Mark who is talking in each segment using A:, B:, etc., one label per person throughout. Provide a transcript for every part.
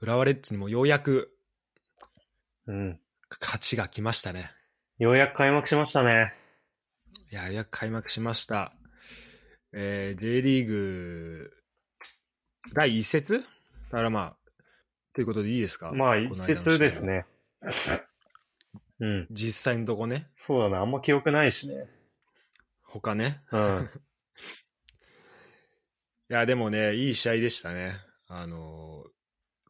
A: 浦和レッズにもようやく
B: うん。
A: 勝ちが来ましたね。
B: ようやく開幕しましたね。
A: いや、ようやく開幕しました。えー J リーグ第1節だからまあ、ということでいいですか
B: まあ、一節です。ね。うん
A: この間の試合。実際のとこね、
B: そうだな。あんま記憶ないしね。
A: 他ね。
B: うん。
A: いや、でもね、いい試合でしたね。あのー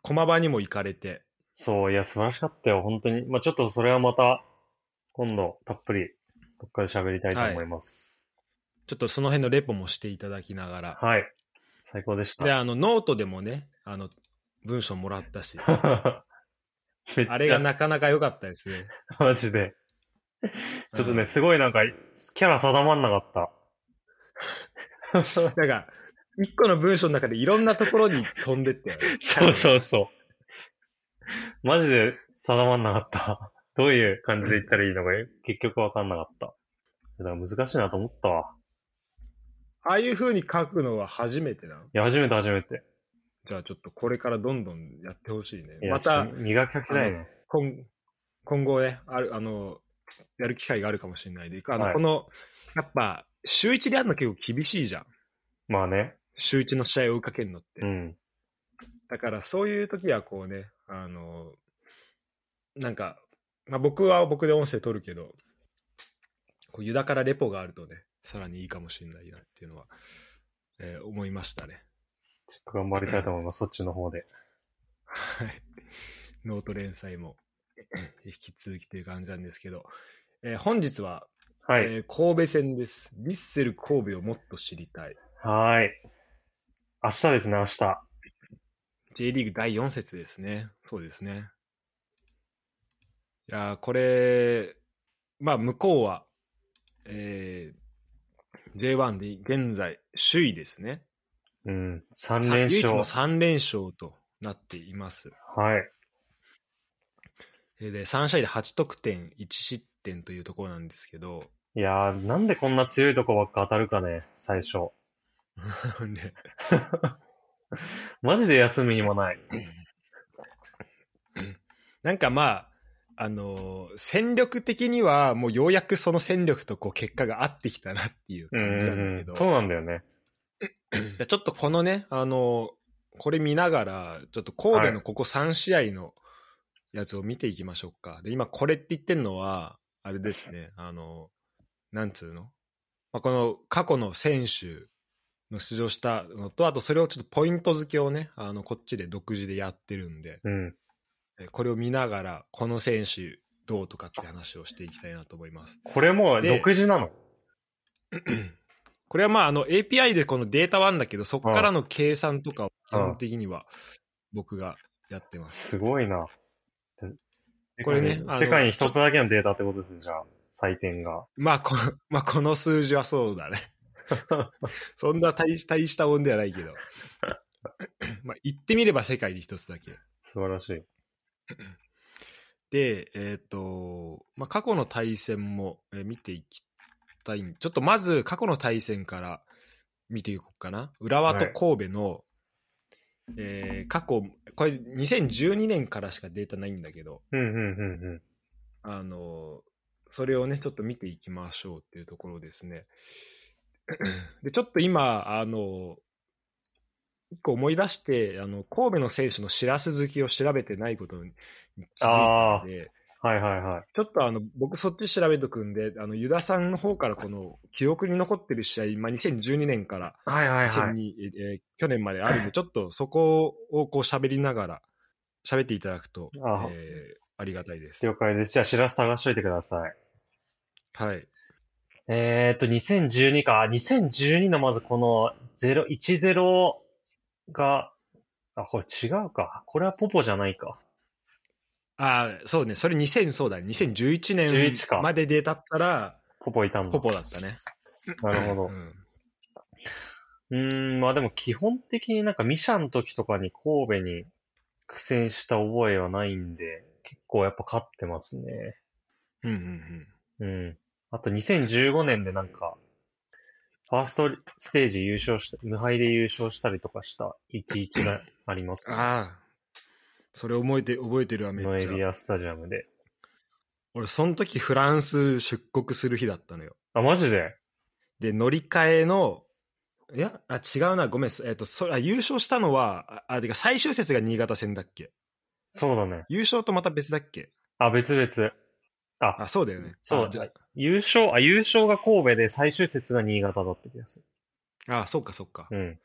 A: 駒場にも行かれて、
B: そう、いや、素晴らしかったよ。本当に。まあ、ちょっとそれはまた、今度、たっぷり、どっかで喋りたいと思います。
A: ちょっとその辺のレポもしていただきながら。
B: はい。最高でし
A: で、
B: た。
A: あの、ノートでもね、あの、文章もらったし、
B: めっちゃ
A: あれがなかなか良かったですね。
B: マジで。ちょっと
A: う
B: ね、
A: ん
B: すごいなんか、キャラ定まんなかった。
A: なんか、一個の文章の中でいろんなところに飛んでって、
B: そうそうそう。マジで定まんなかった。どういう感じで言ったらいいのか、結局わかんなかった。だから難しいなと思ったわ。
A: ああいう風に書くのは初めてなの
B: いや、初めて初めて。
A: じゃあちょっとこれからどんどんやってほしい
B: い
A: ね。
B: や
A: また
B: ちょっと磨きかけたいね。
A: 今今後ね、ある、あの、やる機会があるかもしれないで、あの、
B: はい
A: この、やっぱ、週一でやるの結構厳しいじゃん。
B: まあね。
A: 週一の試合を追いかけるのって。
B: うん。
A: だからそういう時はこうね、あの、なんか、まあ、僕は僕で音声取るけど、こうユダからレポがあるとね、さらにいいかもしれないなっていうのは、えー思いましたね。
B: ちょっと頑張りたいと思います。そっちの方で。
A: はい。ノート連載も引き続きという感じなんですけど、えー本日は、
B: はい。
A: えー神戸戦です。ヴィッセル神戸をもっと知りたい。
B: はーい。明日ですね、明日。
A: J リーグ第4節ですね。そうですね。いやーこれ、まあ、向こうは、えー J1 で現在首位ですね。
B: うん。3
A: 唯
B: 連
A: 一
B: 勝
A: の。3連勝となっています。
B: はい。
A: えーで、3試合で8得点、1失点というところなんですけど、
B: いやー、なんでこんな強いとこばっか当たるかね、最初。
A: ね
B: マジで休みにもない。
A: なんかまあ、あのー戦力的にはもうようやくその戦力とこう結果が合ってきたなっていう
B: う
A: 感
B: ん
A: じ
B: う
A: なんだ
B: ん
A: け
B: う
A: ど、
B: ん。そうなんだよね。
A: じゃあちょっとこのね、あのーこれ見ながら、ちょっと神戸のここ3試合のやつを見ていきましょうか。で、今これって言ってんのは、あれですね、あのーなんつうの、まあ、この過去の選手の出場したのと、あとそれをちょっとポイント付けをね、あの、こっちで独自でやってるんで、
B: うん。
A: えーこれを見ながら、この選手どうとかって話をしていきたいなと思います。
B: これもう
A: で
B: 独自なの。
A: これはまあ、あの API でこのデータはあるんだけど、そこからの計算とかを基本的には僕がやってます。
B: すごいな。
A: これね
B: 世界に
A: あの
B: 世界に一つだけのデータってことですね、じゃあ。採点が。
A: まあ、こ の、まあ、この数字はそうだね。そんな大し大したもんではないけど。まあ、言ってみれば世界で一つだけ。
B: 素晴らしい。
A: で、えっ、と、まあ、過去の対戦も、えー見ていきたいんちょっとまず過去の対戦から見ていこうかな。浦和と神戸の、えー過去、これ2012年からしかデータないんだけど、
B: うんうんうんうん。
A: あのーそれをね、ちょっと見ていきましょうっていうところですね。 で、ちょっと今、あのー一個思い出して、あの、神戸の選手の知らす好きを調べてないことに気づいたので、
B: はいはいはい。
A: ちょっとあの、僕そっち調べとくんで、あの、ユダさんの方からこの、記憶に残ってる試合、まあ、2012年から、
B: はいはい
A: 2002
B: はい。
A: えー去年まであるんで、ちょっとそこをこう喋りながら、喋っていただくと、
B: あ
A: えーありがたいです。
B: 了解です。じゃあ、知らせ探しといてください。
A: はい。
B: えーっと、2012か。2012のまずこの0、10が、あ、これ違うか。これはポポじゃないか。
A: ああ、そうね、それ2000、そうだね、2011
B: 11か
A: 年までデータあったら、
B: ポポいたんだ。
A: ポポだったね。
B: なるほど
A: う。ん。
B: うーん、まあでも基本的になんかミシャの時とかに神戸に苦戦した覚えはないんで、結構やっぱ勝ってますね。
A: うんうんうん。
B: うん。あと2015年でなんか、ファーストステージ優勝した、無敗で優勝したりとかした11がありますね。
A: ああ。それ覚えて、覚えてるわ、め
B: ノ
A: っ
B: エ
A: ち
B: ビ
A: ゃ。
B: アスタジアムで。
A: 俺、その時フランス出国する日だったのよ。
B: あ、マジで
A: で、乗り換えの、いや、あ、違うな、ごめん、えっ、と、そあ優勝したのは、あ、あてか最終節が新潟戦だっけ
B: そうだね。
A: 優勝とまた別だっけ
B: あ、別々。あ、
A: あ、そうだよね。
B: そう
A: あじゃ
B: 優勝、あ、優勝が神戸で最終節が新潟だった気がする。
A: あ、あそうか、そうか。
B: うん。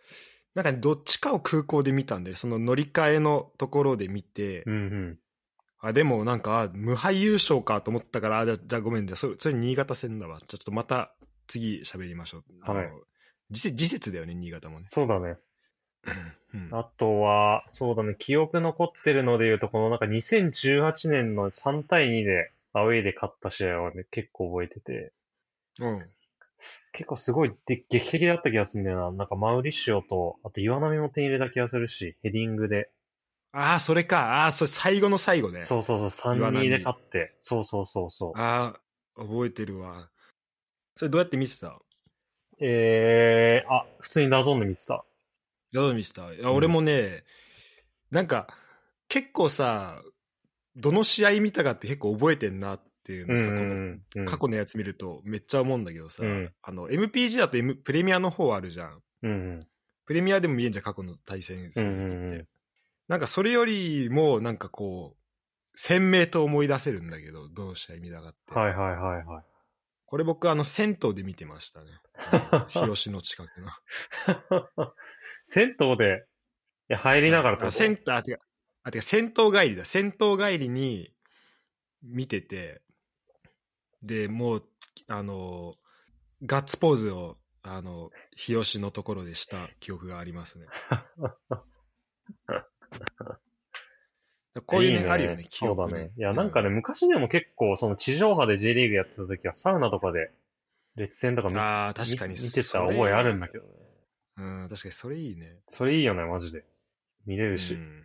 A: なんか、どっちかを空港で見たんで、その乗り換えのところで見て、
B: うんうん。
A: あ、でもなんか、あ無敗優勝かと思ったから、あじゃあ、じゃあごめん、じゃあ、それ、それ新潟戦だわ。ちょっとまた、次喋りましょう。あの
B: はい
A: 時節時節だよね、新潟も ね。
B: そうだね。
A: うん、
B: あとは、そうだね、記憶残ってるので言うと、このなんか2018年の3対2でアウェイで勝った試合は、ね、結構覚えてて、
A: うん。
B: す結構すごいで劇的だった気がするんだよな。なんかマウリシオと、あと岩波も手に入れた気がするし、ヘディングで。
A: ああ、それか。ああ、それ最後の最後ね。
B: そうそうそう、
A: 岩
B: 3
A: 波
B: 2で勝って。そうそうそうそう。
A: ああ、覚えてるわ。それどうやって見てた
B: えー、あ、普通にダゾーンで見てた。
A: どうやって見てたいや、
B: うん
A: 俺もね、なんか、結構さ、どの試合見たかって結構覚えてんなっていうのさ、
B: うん
A: この過去のやつ見るとめっちゃ思うんだけどさ、
B: うん
A: あの、MPG だと、M、プレミアの方あるじゃん。
B: うん
A: プレミアでも見えんじゃん、過去の対戦成績って。
B: うんうんうん
A: なんかそれよりも、なんかこう、鮮明と思い出せるんだけど、どの試合見たかって。
B: うん。はいはいはいはい。
A: これ僕、あの、銭湯で見てました ね。 日吉の近くの。
B: 銭湯で、いや入りながらって
A: あ
B: こと
A: 銭湯、あ、てか、あ、てか、銭湯帰りだ。銭湯帰りに見てて、で、もう、あの、ガッツポーズを、あの、日吉のところでした記憶がありますね。こういうね、
B: いい
A: あるよね、記
B: そうだ
A: 憶
B: ね。いや、なんかね、、昔でも結構、その地上波で J リーグやってた時は、サウナとかで、列戦とか
A: う
B: 見
A: んああ、確かに
B: 見てた覚えあるんだけどね。
A: ど。うん、確かにそれいいね。
B: それいいよね、マジで。見れる
A: う
B: し。
A: ん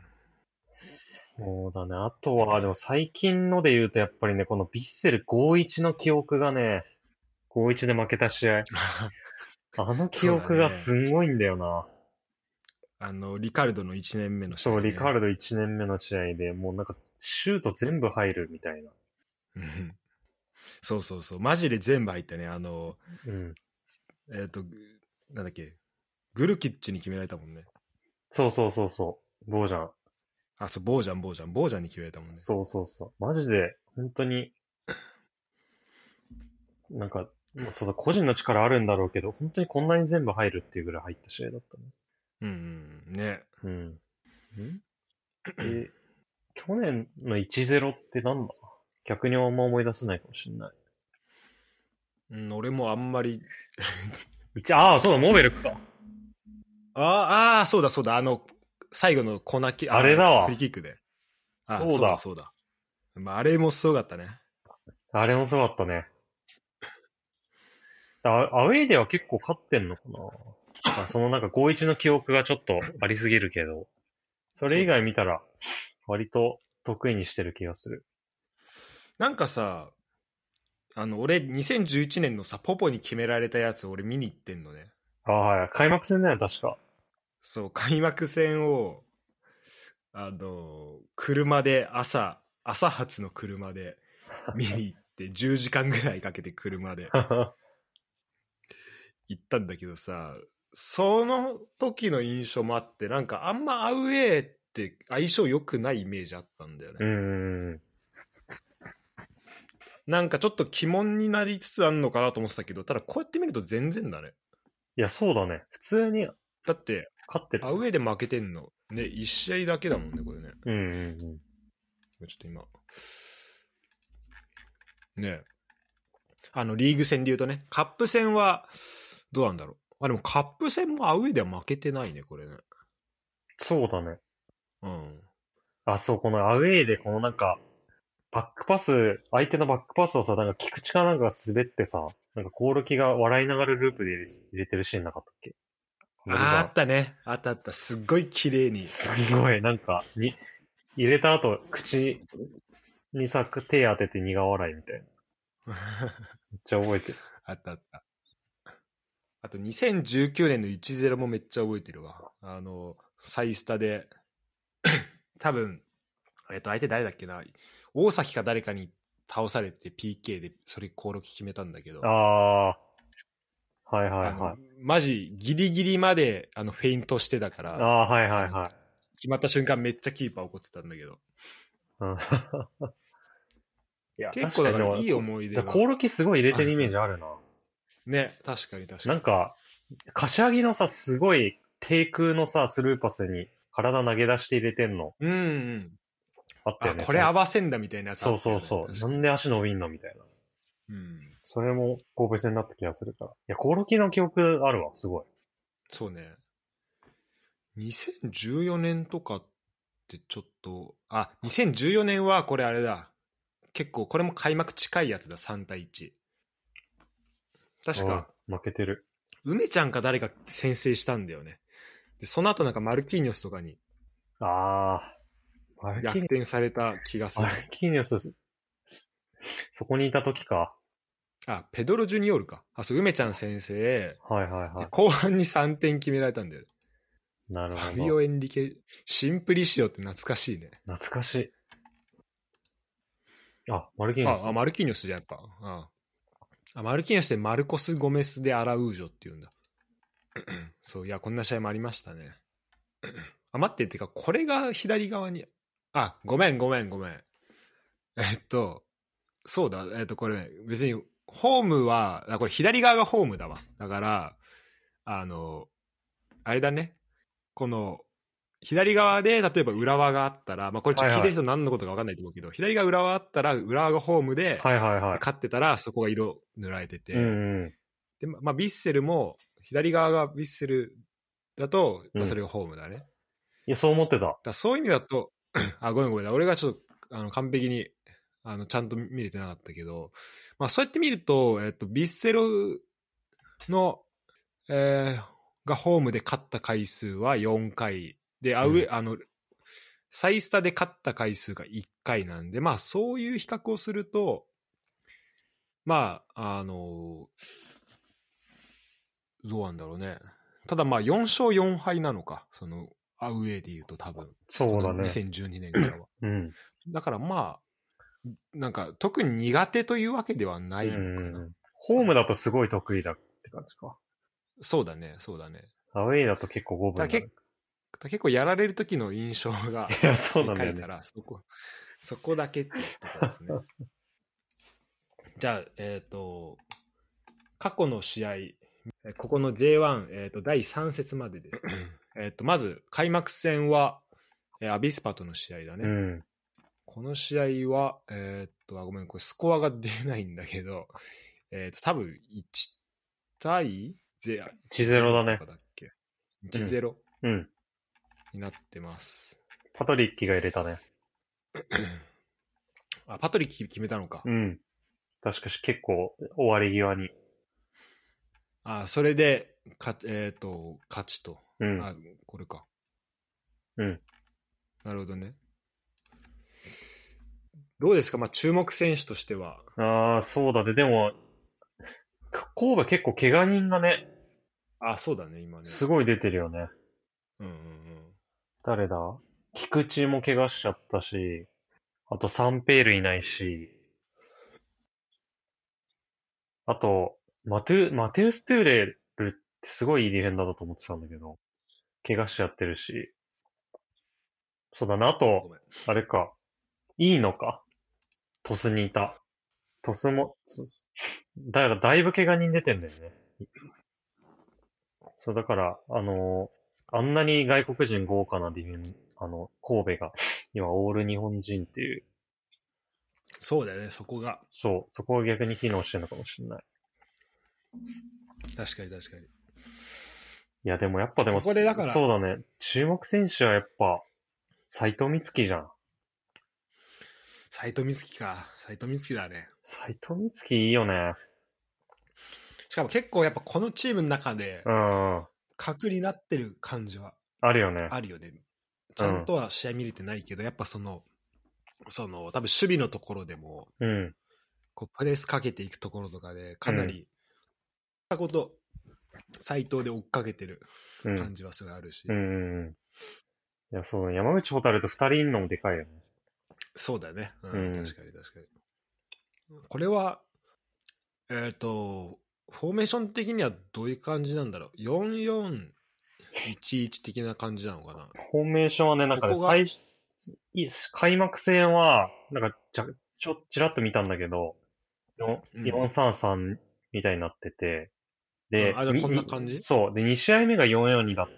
B: そうだね。あとは、でも最近ので言うと、やっぱりね、このビッセル5-1の記憶がね、5-1で負けた試合。あの記憶がすんごいんだよな。
A: あの、リカルドの1年目の
B: そう、リカ
A: ル
B: ルド1年目の試合で、もうなんか、シュート全部入るみたいな。
A: そうそうそう。マジで全部入ったね。あの、
B: うん。
A: えっ、と、ぐなんだっけ、グルキッチに決められたもんね。
B: そうそうそうそう。ボージャン。
A: あ、そう、ボージャン、ボージャン、ボージャンに決められたもんね。
B: そうそうそう。マジで、本当に、なんか、まあそうだ、個人の力あるんだろうけど、本当にこんなに全部入るっていうぐらい入った試合だったね。
A: うん、うん、ね。
B: うん。で、去年の1-0ってなんだ逆にあんま思い出せないかもしれない。
A: うん、俺もあんまり、
B: 一ああ、そうだ、モベルクか。
A: あーあー、そうだ、そうだ、あの、最後のコーナーキック、
B: あれだわ
A: フリーキックで。あ
B: そうだ。
A: そうだ。まあ、あれもすごかったね。
B: あれもすごかったね。あアウェイでは結構勝ってんのかなあそのなんか5-1の記憶がちょっとありすぎるけど、それ以外見たら割と得意にしてる気がする。
A: なんかさ、あの、俺、2011年のさ、ポポに決められたやつ、俺見に行ってんのね。
B: あはい。開幕戦だよ、確か。
A: そう、開幕戦を、あの、車で朝、朝発の車で見に行って、10時 間ぐらいかけて車で行ったんだけどさ、その時の印象もあって、なんかあんまアウェーって相性良くないイメージあったんだよね。
B: うーん。
A: なんかちょっと鬼門になりつつあるのかなと思ってたけど、ただこうやって見ると全然だね。
B: いや、そうだね。普通に
A: だって、
B: 勝ってる。
A: アウェーで負けてんの。ね、1試合だけだもんね、これね。
B: うんうん
A: ちょっと今。ねえあの、リーグ戦で言うとね、カップ戦は、どうなんだろう。あ、でもカップ戦もアウェーでは負けてないね、これね。
B: そうだね。
A: うん。
B: あ、そう、このアウェイでこのなんか、バックパス、相手のバックパスをさ、なんか菊池かなんかが滑ってさ、なんかコールキが笑いながらループで入れ入れてるシーンなかったっけ
A: ああったね。あったあった。すっごい綺麗に。
B: すごい、なんか、に、入れた後、口にさ、手当てて苦笑いみたいな。めっちゃ覚えてる。
A: あったあった。あと2019年の1-0もめっちゃ覚えてるわ。あの、サイスタで、多分、えっと、相手誰だっけな大崎か誰かに倒されて PK でそれ攻撃決めたんだけど、
B: ああ。はいはい
A: あの
B: はい。
A: マジギリギリまであのフェイントしてたか
B: あ
A: ら、
B: あー、はいはいはい。
A: 決まった瞬間めっちゃキーパー怒ってたんだけど、
B: うん いや
A: 結構だからいい
B: い
A: 思い出
B: だ
A: が
B: から。コオロギすごい入れてるイメージあるな。
A: ね、確かに確か
B: なん
A: に。
B: か、柏木のさ、すごい低空のさ、スルーパスに体投げ出して入れてんの
A: うんうん。
B: あったよ
A: あ、
B: ね。
A: これ合わせんだみたいなやつあ
B: そう
A: ったよ
B: そう
A: ね
B: そう。
A: 確
B: な
A: かに
B: んで足伸びんのみたいな。
A: うん。
B: それも神戸戦だった気がするから。いや、コオロギの記憶あるわ、すごい。
A: そうね。2014年とかってちょっと、あ、2014年はこれあれだ。結構これも開幕近いやつだ、3対1。確か、
B: うん。負けてる。
A: 梅ちゃんか誰か先制したんだよね。で、その後なんかマルキーニョスとかに
B: あー。マルキ
A: 逆
B: ーニ
A: 転された気がす
B: ョ
A: る
B: マ。ルキーニョス、そこにいた時か。
A: あ、ペドロ・ジュニオールか。あ、そう、梅ちゃん先生、
B: はいはいは
A: で後半に3点決められたんだよね。
B: い。なる
A: フ
B: ほ
A: ァビオ・
B: ど。
A: エンリケ、シンプリシオって懐かしいね。
B: 懐かしい。あ、マルキーニョス
A: あ、あ、マルキーニョスじゃんやっぱ。ああマルキーニョスってマルコス・ゴメス・でアラウージョって言うんだ。 そう、いや、こんな試合もありましたね。 あ、待って、てか、これが左側に。あ、ごめん、ごめん、ごめん。えっと、そうだ、えっと、これ、別に、ホームは、あ、これ左側がホームだわ。だから、あの、あれだね。この、左側で、例えば浦和があったら、まあ、これちょっと聞いてる人何のことか分かんないと思うけど、左側浦和あったら、浦和がホームで、
B: はいはいはい。
A: 勝ってたら、そこが色塗られてて、
B: うんうん。
A: で、ままあ、ヴィッセルも、左側がヴィッセルだと、まあ
B: うん
A: それがホームだね。だか
B: いや、そう思ってた。
A: らそういう意味だと、 あ、ごめんごめん、俺がちょっと、あの、完璧に、あの、ちゃんと見れてなかったけど、まあ、そうやって見ると、えっと、ヴィッセルの、えーがホームで勝った回数は4回。で、あ、
B: うん
A: 上、あの、サイスタで勝った回数が1回なんで、まあそういう比較をすると、まあ、あの、どうなんだろうね。ただまあ4勝4敗なのか。その、アウェーで言うと多分。
B: そうだね。
A: 2012年からは。
B: うん。
A: だからまあ、なんか特に苦手というわけではないのか
B: うんう
A: な。
B: んホームだとすごい得意だって感じか。
A: そうだね、そうだね。
B: アウェイだと結構五分
A: だ
B: にな
A: 結
B: る。
A: だから結構やられる時の印象が
B: いや、 そうなんだ
A: か
B: よ
A: い
B: ね
A: か。ら、そこ、そこだけってとこですね。 じゃあ、えっ、と、過去の試合、えーここの J1、えー、と第3節まで です。えっと、まず、開幕戦は、えーアビスパとの試合だね。
B: うん。
A: この試合は、えーっと、あ、ごめん、これスコアが出ないんだけど、 えーっと、多分1対ゼ
B: 1-0だね
A: とかっけ。1-0
B: うん。
A: になってます。
B: パトリッキが入れたね。
A: あ、パトリック決めたのか。
B: うん。確かし結構終わり際に。
A: あ、それで、かえーっと、勝ちと。
B: うん。
A: あ、これか。
B: うん。
A: なるほどね。どうですかまあ、注目選手としては。
B: ああ、そうだね。でも、神戸結構怪我人がね、
A: あ、そうだね、今ね。
B: すごい出てるよね。
A: うんうんうん。
B: 誰だ菊池も怪我しちゃったし、あとサンペールいないし、あと、マトゥ、マテウス・トゥーレルってすごいいいディフェンダーだと思ってたんだけど、怪我しちゃってるし、そうだな、あ
A: ご
B: と
A: めん、
B: あれか、いいのかトスにいた。トスも、つだからだいぶ怪我人出てんだよね。そう、だから、あのーあんなに外国人豪華なディフェン、あの、神戸が、今、オール日本人っていう、
A: そうだよね、そこが。
B: そう、そこが逆に機能してるのかもしれない。
A: 確かに確かに。
B: いや、でもやっぱでも、
A: ここでだから
B: そうだね。注目選手はやっぱ、斎藤光希じゃん。
A: 斎藤光希か。斎藤光希だね。
B: 斎藤光希いいよね。
A: しかも結構やっぱこのチームの中で
B: うん。
A: 格になってる感じは
B: あるよね。
A: あるよね。ちゃんとは試合見れてないけど、やっぱその、その、多分守備のところでも、
B: うん。
A: こうプレスかけていくところとかで、かなり、たこと、斎藤で追っかけてる
B: うん。
A: 感じはすごいあるし。
B: うんうんうん。いや、そう、山口蛍と二人いるのもでかいよね。
A: そうだね。うん、
B: うん
A: 確かに確かに。これは、えっ、と、フォーメーション的にはどういう感じなんだろう。4411的な感じなのかな。
B: フォーメーションはね、なんかね、
A: ここが
B: 最初、い開幕戦は、なんか、ちゃ、ちょ、ちらっと見たんだけど、よ
A: うん
B: 433みたいになってて、で、
A: あじゃあ
B: に
A: こんな感じ
B: そう。で、2試合目が442だっ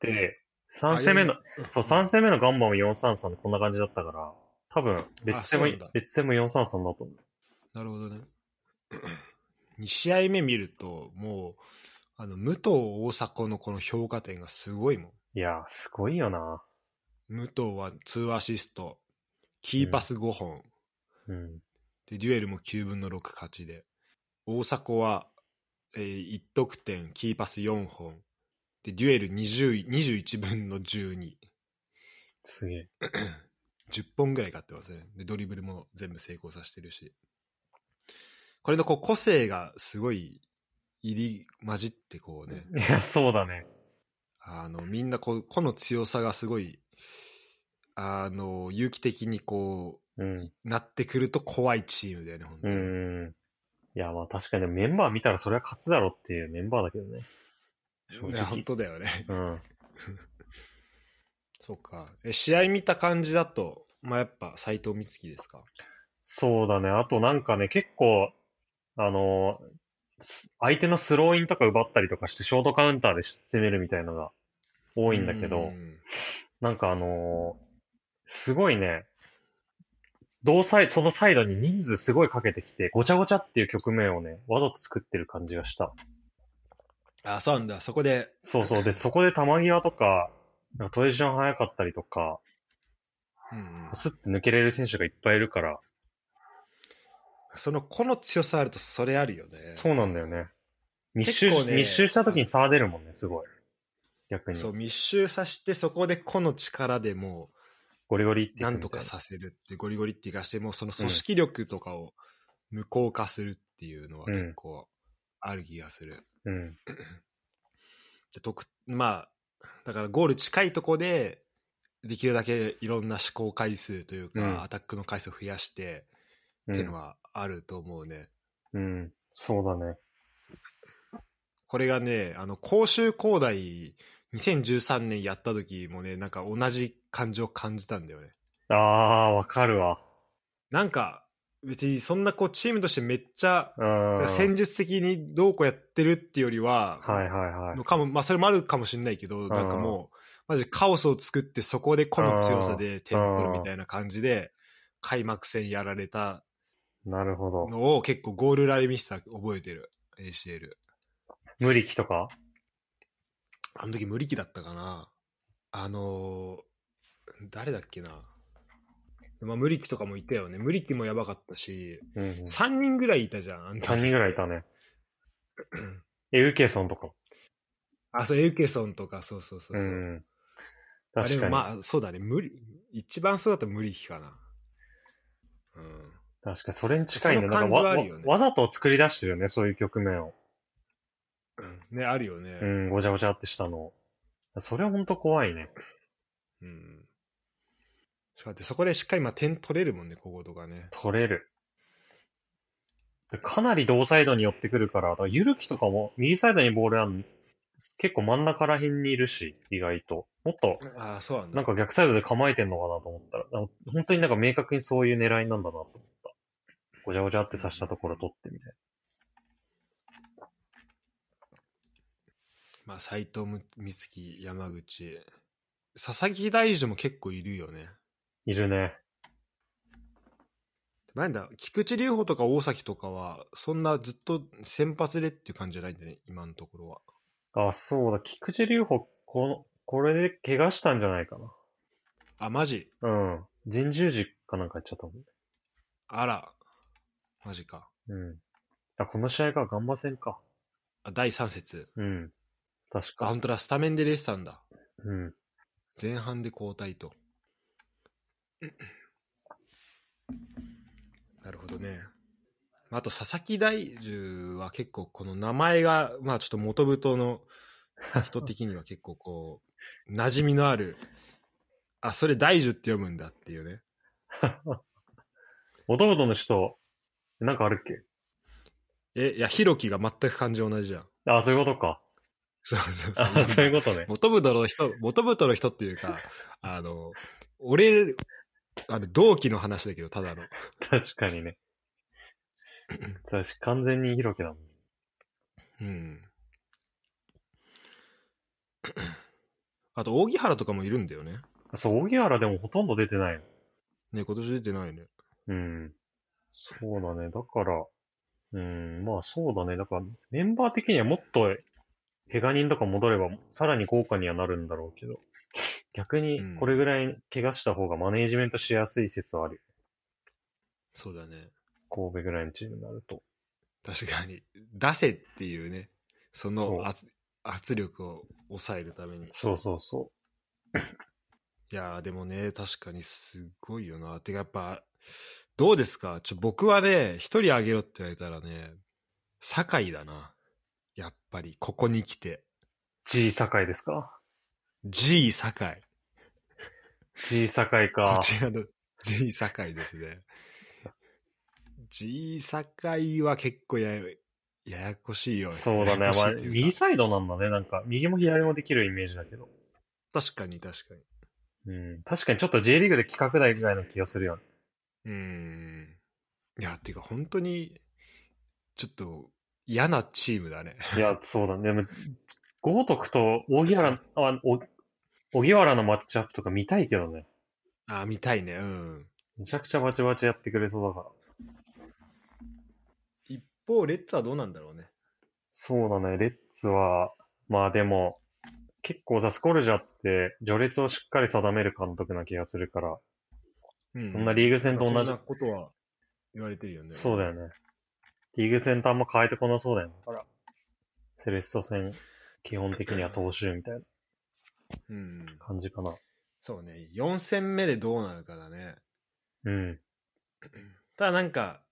B: て、3戦目の、そう、3戦目のガンバも433でこんな感じだったから、多分、別戦も
A: あそうなんだ、
B: 別戦も433だと思う。
A: なるほどね。2試合目見ると、もう、あの、武藤大迫のこの評価点がすごいもん。
B: いやー、すごいよな。
A: 武藤は2アシスト、キーパス5本、
B: うん。
A: で、デュエルも9分の6勝ちで、大迫は、えー1得点、キーパス4本、で、デュエル20 21分の12、
B: すげえ。
A: 10本ぐらい勝ってますね。で、ドリブルも全部成功させてるし。これのこう個性がすごい入り混じってこうね、
B: いや、そうだね。
A: あの、みんなこう、個の強さがすごい、あの、有機的にこ
B: うん。
A: う、なってくると怖いチームだよね、本当
B: う
A: に。
B: ん。いや、まあ確かにメンバー見たらそれは勝つだろうっていうメンバーだけどね。正
A: いや、本
B: 直。
A: 当だよね。
B: うん。
A: そうか。え、試合見た感じだと、まあ、やっぱ、斎藤光希ですか
B: そうだね。あとなんかね、結構、あのーす相手のスローインとか奪ったりとかして、ショートカウンターで攻めるみたいのが多いんだけど、
A: うん
B: なんかあのーすごいね、同サイそのサイドに人数すごいかけてきて、ごちゃごちゃっていう局面をね、わざと作ってる感じがした。
A: あ、そうなんだ。そこで、
B: そうそう。で、そこで球際とか、なんかトレジション早かったりとか、
A: うんうん
B: スッて抜けれる選手がいっぱいいるから、
A: その個の強さあると、それあるよね。
B: そうなんだよね。密集
A: 結
B: し、
A: 構ね
B: 密集した時に差が出るもんね、すごい。逆に
A: そ。う、密集させて、そこで個の力でも
B: ゴリゴリって
A: う、
B: いく
A: な
B: みたい
A: んとかさせるって、ゴリゴリっていかして、もうその組織力とかを無効化するっていうのは結構ある気がする。
B: うん。
A: で得まあだからゴール近いとこでできるだけいろんな試行回数というか、
B: うん
A: アタックの回数を増やして
B: う
A: っていうの
B: ん。
A: はあると思うね、
B: うん。そうだね。
A: これがねあの甲州工大2013年やった時もねなんか同じ感じを感じたんだよね
B: ああ、わかるわ。
A: なんか別にそんなこうチームとしてめっちゃ
B: うん。はい
A: 戦術的にどうこうやってるっていうよりは、
B: はいはい
A: の。かも、まあ、それもあるかもしれないけど、なんかもう、マジカオスを作って、そこで個の強さで点取るみたいな感じで、開幕戦やられた
B: なるほど。
A: のを結構ゴール裏で見せた覚えてる、ACL。
B: 無力とか
A: あの時無力だったかな。あのー誰だっけな。まあ、無力とかもいたよね。無力もやばかったし、
B: うんうん。
A: 3人ぐらいいたじゃん、あの時
B: 3人ぐらい いたね。え、ウケソンとか。
A: あと、エウケソンとか、そうそうそう
B: う
A: そう。
B: ん。
A: あ
B: 確
A: で
B: か
A: も
B: に。
A: まあ、そうだね。無理、一番そうだったら無力かな。うん。
B: 確かに、それに近い
A: そ
B: ね。
A: の
B: なん
A: 感
B: か
A: じは
B: わ、わ
A: あるよね
B: わざと作り出してるよね、そういう局面を。
A: ね、あるよね。
B: うん、ごちゃごちゃってしたのを。それはほんと怖いね。
A: うん。そうだってそこでしっかりまあ点取れるもんね、こことかね。
B: 取れる。でかなり同サイドに寄ってくるから、だからゆるきとかも、右サイドにボールあんの結構真ん中ら辺にいるし、意外と。もっと、
A: ああ、そうなんだ。
B: なんか逆サイドで構えてんのかなと思ったら、あの本当になんか明確にそういう狙いなんだなと思った。ごちゃごちゃって刺したところ取ってみたい
A: まあ、斎藤む美月、山口。佐々木大樹も結構いるよね。
B: な。いるね。
A: なんだ、菊池隆穂とか大崎とかは、そんなずっと先発でっていう感じじゃないんだね、今のところは。
B: あ、そうだ。菊池隆穂、この、これで怪我したんじゃないか
A: あ、マジ
B: な。うん。人十字かなんかやっちゃったもんね。
A: あら。マジか。
B: うん。あ、この試合がガンバ戦か。
A: あ第3節。
B: うん。確
A: あ、
B: か。
A: 本当だ、スタメンで出てたんだ。
B: うん。
A: 前半で交代と。なるほどね。あと、佐々木大樹は結構この名前が、まあちょっと元太 の人的には結構こう、馴染みのある、あ、それ大樹って読むんだっていうね。
B: 弟の人、なんかあるっけ
A: え、いや、ヒロキが全く感じ同じじゃん。
B: あ、そういうことか。
A: そうそうそう。
B: あ、そういうことね。
A: 元太の人、元太の人っていうか、あの、俺、あの、同期の話だけど、ただの。
B: 確かに ね。確か完全にヒロキだもん。
A: うん。あと、扇原とかもいるんだよね。
B: そう、荻原でもほとんど出てないの。
A: ね、今年出てないね。
B: うん。そうだね。だから、うん、まあそうだね。だから、メンバー的にはもっと、怪我人とか戻れば、さらに豪華にはなるんだろうけど、逆に
A: うん、
B: これぐらい怪我した方がマネージメントしやすい説はあるよ。
A: そうだね。
B: 神戸ぐらいのチームになると。
A: 確かに。出せっていうね、そ
B: そう
A: の圧圧力を抑えるために。
B: そうそうそ
A: いやーでもね、確かにすごいよな。てかやっぱ、どうですかちょ僕はね、一人あげろって言われたらね、酒井だな。やっぱり、ここに来て。
B: う。G 坂井ですか
A: G 酒井。
B: ?G 坂井
A: こ
B: か。
A: ちらの G 酒井ですね。G 酒井は結構やや、ややこしいよ。
B: そうだ
A: や
B: ね
A: や。こし
B: まあ
A: い、というか
B: 右サイドなんだね。なんか、右も左もできるイメージだけど。
A: 確かに確かに。
B: うん。確かにちょっと J リーグで規格外ぐらいの気がするよね。
A: うーん。いや、ていうか本当に、ちょっと嫌なチームだね。
B: いや、そうだね。でも、豪徳と荻原、あ、お、荻原のマッチアップとか見たいけどね。
A: あー、見たいね。うん。
B: めちゃくちゃバチバチやってくれそうだから。
A: 一方、レッツはどうなんだろうね。
B: そうだね。レッツは、まあでも、結構さ、スコルジャって序列をしっかり定める監督な気がするから、
A: うん
B: そんなリーグ戦と同じ。
A: そんなことは言われてるよね。
B: そうだよね。リーグ戦とあんま変えてこなそうだよね。だから、セレッソ戦、基本的には投手みたいな
A: うん。
B: 感じかな。
A: そうね。4戦目でどうなるかだね。
B: うん。
A: ただなんか、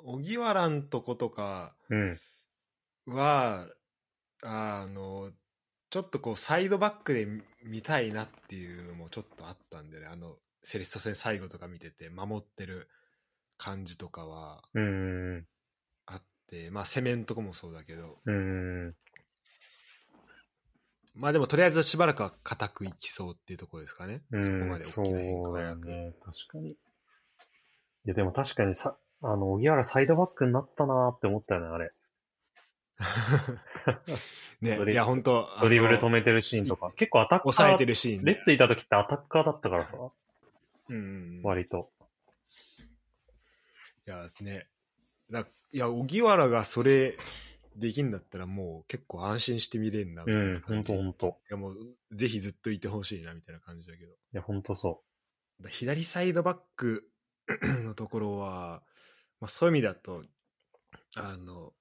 A: 荻原んとことか
B: うん。
A: は、あの、ちょっとこう、サイドバックで見たいなっていうのもちょっとあったんでね。あの、セレッソ戦最後とか見てて、守ってる感じとかは
B: うん。うん
A: あって、まあ、攻めんとこもそうだけど、
B: うん。うん。
A: まあでもとりあえずしばらくは固くいきそうっていうところですかね。
B: うん
A: そこまで大きな変化はな
B: そう
A: く。
B: だよね、確かに。いや、でも確かにさ、あの、荻原サイドバックになったなーって思ったよね、あれ。
A: ね
B: ドリブル
A: いや本当
B: ドリブル
A: あ
B: 止
A: の
B: めてるシーンとか。結構アタッカー。
A: 抑えてるシーン
B: レッツいた時ってアタッカーだったからさ、
A: うんうんうん、い
B: 割と。
A: やねだいや荻原がそれできんだったらもう結構安心して見れるな
B: う、
A: みたいなん
B: ほ
A: 感
B: ん
A: じ
B: とほ
A: い
B: んと。
A: やもうぜひずっといてほしいなみたいな感じだけど
B: いや、ほんとそ
A: だ左サイドバックのところは、まあ、そういう意味だとあの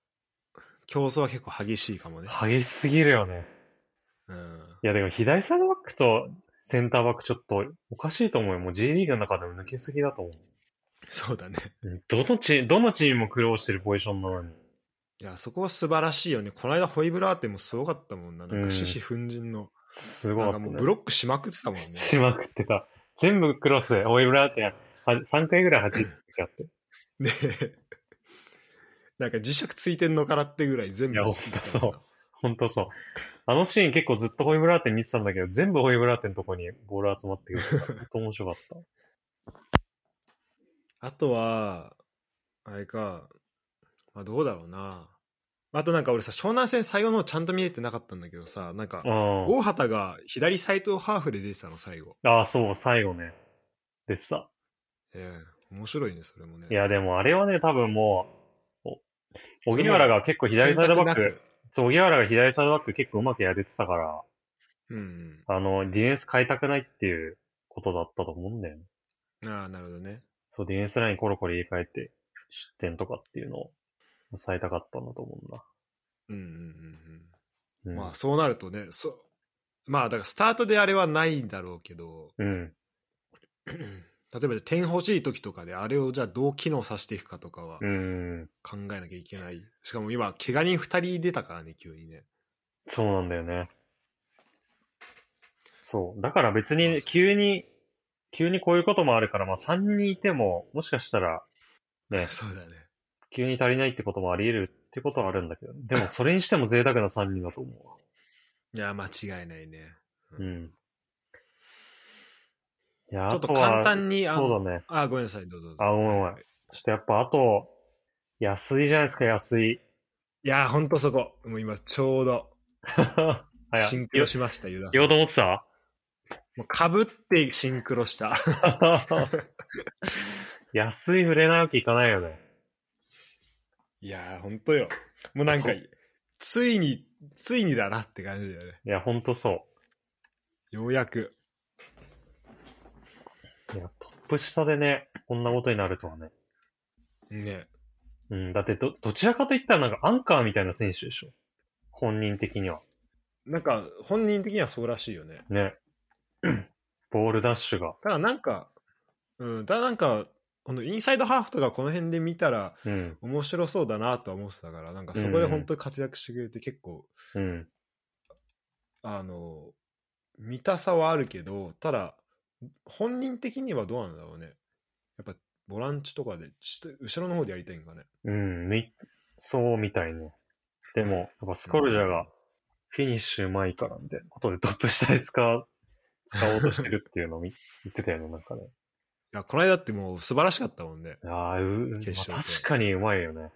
A: 競争は結構激しいかも
B: う。
A: ね、
B: 激しすぎるよね。
A: うん、
B: いや、でも左サイドバックとセンターバックちょっとおかしいと思うよ。もう J リーグの中でも抜けすぎだと思
A: そうだね
B: ううん。どのチーム、どのチームも苦労してるポジションなのに。
A: いやそこは素晴らしいよねこの間ホイブラーテもすごかったもんななん
B: う
A: か
B: ん
A: 獅子奮陣の、
B: すご
A: な
B: か
A: ん
B: っ
A: か
B: た、ね。
A: もうブロックしまくってたもんね
B: しまくってた。全部クロス、オイブラーってや、は3回ぐらい 走ってやって。
A: ねえ なんか磁石ついてんのからってぐらい全部
B: いやほんとそうほんとそう。あのシーン結構ずっとホイブラーテン見てたんだけど、全部ホイブラーテンのとこにボール集まってくるから。ほんと面白かった。
A: あとはあれか、まあ、どうだろうなあとなんか俺さ湘南戦最後の方ちゃんと見れてなかったんだけどさなんか
B: うん。
A: 大畑が左サイドハーフで出てたの最後
B: ああ、そう、最後ね。でさ。
A: ええ面白いねそれもね
B: いや、でもあれはね、多分もう、お荻原が結構左サイドバッ
A: 選択な
B: ク
A: く、
B: そう、荻原が左サイドバック結構うまくやれてたから、
A: うん
B: あの、ディフェンス変えたくないっていうことだったと思うんだよね。
A: うんああなるほどね
B: そう、ディフェンスラインコロコロ入れ替えて、失点とかっていうのを抑えたかったんだと思うんだ。
A: うんうんうんうん
B: うん。
A: まあそうなるとねそまあだからスタートであれはないんだろうけど
B: うん。
A: 例えば点欲しい時とかであれをじゃあどう機能させていくかとかは
B: うん。
A: 考えなきゃいけない、しかも今怪我人2人出たからね急にね
B: そうなんだよね。そう。だから別に急に急にこういうこともあるから、まあ3人いても、もしかしたら、ね、
A: そうだね。
B: 急に足りないってこともあり得るってことはあるんだけど、でもそれにしても贅沢な3人だと思
A: いや、間違いないね。
B: う。うん。いや
A: ちょっと
B: あは
A: 簡単にあの
B: そうだね。
A: あ、ごめんなさい、どうぞどうぞ。
B: あ、ごめんごめん。ちょっとやっぱあと、安いじゃないですか、安い。
A: いやー、ほんとそこ。もう今、ちょうど、
B: はや
A: シンクロしました、ユダさん。
B: 言おうと思っ てた
A: もうかぶってシンクロした。
B: 安い触れないわけいかないよね。
A: いやー、ほんとよ。もうなんか、ついに、ついにだなって感じだよね。
B: いや、ほんとそ
A: ようやく。
B: う。いや、トップ下でね、こんなことになるとはね。
A: ね。
B: うん、だってど、どちらかといったらなんかアンカーみたいな選手でしょ。本人的には。
A: なんか、本人的にはそうらしいよね。
B: ね。 ボールダッシュが。
A: ただなんか、うん、ただなんか、このインサイドハーフとかこの辺で見たら
B: うん、
A: 面白そうだなとは思ってたから、なんかそこで本当に活躍してくれて結構、
B: うん、
A: あの、見たさはあるけど、ただ、本人的にはどうなんだろうね。やっぱ、ボランチとかで、ちょっと後ろの方でやりたいんかね。
B: うん、み、そうみたいね。でも、やっぱスコルジャーがフィニッシュうまいからみたいなことでトップ下で使う、使おうとしてるっていうのを見 言ってたよね、なんかね。
A: いや、この間ってもう素晴らしかったもんね。
B: ああ、う、ま
A: 決勝
B: あ
A: 戦
B: 確かにうまいよね。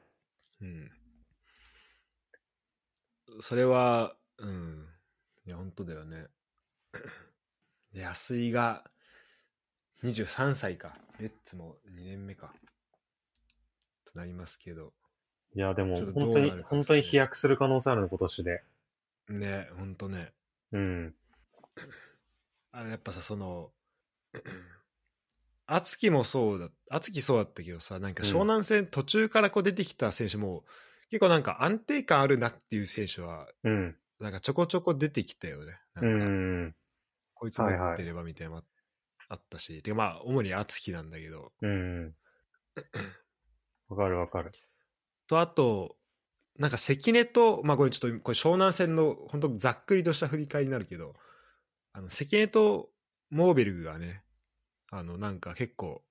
A: うん。それは、うん。いや、本当だよね。 で安井が23歳か。レッツも2年目か。となりますけど。
B: いや、でも
A: ちょっとどう
B: 本当に
A: なる、か
B: 本当に飛躍する可能性あるの、今年で。
A: ね、本当ね。
B: うん。
A: あれやっぱさ、その、 敦樹もそうだ、敦樹そうだったけどさ、なんか湘南戦途中からこう出てきた選手も、結構なんか安定感あるなっていう選手は、
B: うん。
A: なんかちょこちょこ出てきたよね。なん
B: う
A: か
B: ん。
A: こいつ持ってればみたいなのもあったし、てかまあ、主に敦樹なんだけど、
B: うん。わかるわかる。
A: と、あと、なんか関根と、まあこれちょっと、これ湘南戦の、本当ざっくりとした振り返りになるけど、あの、関根とモーベルグがね、あの、なんか結構、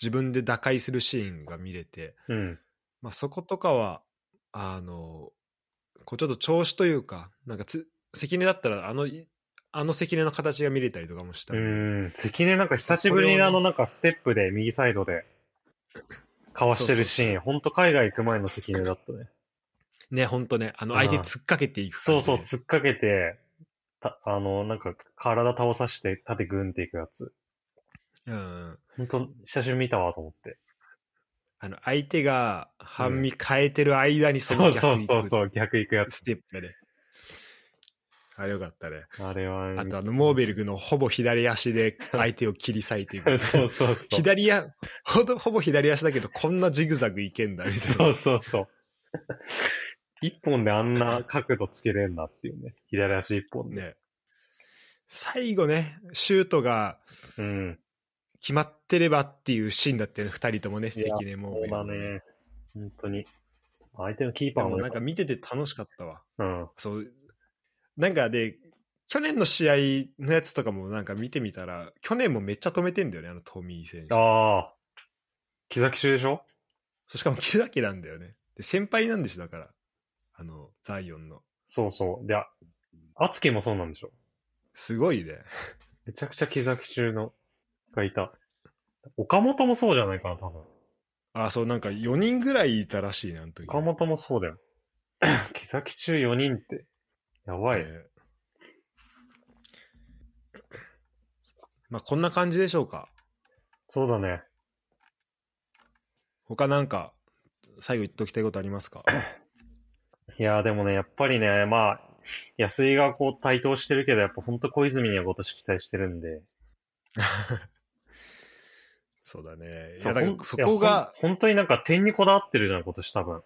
A: 自分で打開するシーンが見れて、
B: うん。
A: まあそことかは、あの、こうちょっと調子というか、なんかつ、関根だったら、あの、いあの関根の形が見れたりとかもした
B: うん
A: で
B: ん。関根なんか久しぶりにあのなんかステップで右サイドでかわしてるシーン、ほんと海外行く前の関根だったね。
A: ね、ほんとね、あの、相手突っかけていく感
B: そう
A: じ
B: そう、
A: ね
B: 突っかけて、たあの、なんか体倒さして縦グンっていくやつ。
A: うん、
B: ほんと久しぶりに見たわと思って。
A: あの相手が半身変えてる間にそ
B: そ
A: の逆
B: うそう
A: に
B: そう
A: 行
B: そう、逆行くや
A: く
B: つ。
A: ステップで、ね。あれよかったね。
B: あれは、
A: あとあの、モーベルグのほぼ左足で相手を切り裂いていく。
B: そうそうそう。
A: 左や、ほど、ほぼ左足だけど、こんなジグザグいけんだ、みたい
B: そ
A: な。
B: うそうそう。一本であんな角度つけれんなっていうね。左足一本で。
A: ね。最後ね、シュートが
B: うん。
A: 決まってればっていうシーンだったよね、二人ともね、
B: や
A: 関根も。
B: そうだね。本当に。相手のキー
A: で
B: パーも
A: も
B: ね
A: なんか見てて楽しかったわ。
B: うん。
A: そう。なんかで、去年の試合のやつとかもなんか見てみたら、去年もめっちゃ止めてんだよね、あのトミー選手。
B: ああ。木崎中でしょ
A: そうしかも木崎なんだよね。で、先輩なんでしょ、だから。あの、ザイオンの。
B: そうそう。で、あつきもそうなんでしょ
A: すごいね。
B: めちゃくちゃ木崎中の、がいた。岡本もそうじゃないかな、多分。
A: あ、そう、なんか4人ぐらいいたらしいな、あの時。
B: 岡本もそうだよ。 木崎中4人って、やばい。
A: えーまあ、こんな感じでしょうか。
B: そうだね。
A: 他なんか、最後言っときたいことあります か
B: いやーでもね、やっぱりね、まあ、安井がこう台頭してるけど、やっぱ本当小泉には今年期待してるんで。
A: そうだね。い
B: そ
A: や、
B: う
A: だか
B: ほん
A: らそこが
B: いや、ほん本当になんか点にこだわってるじゃん、今年多分。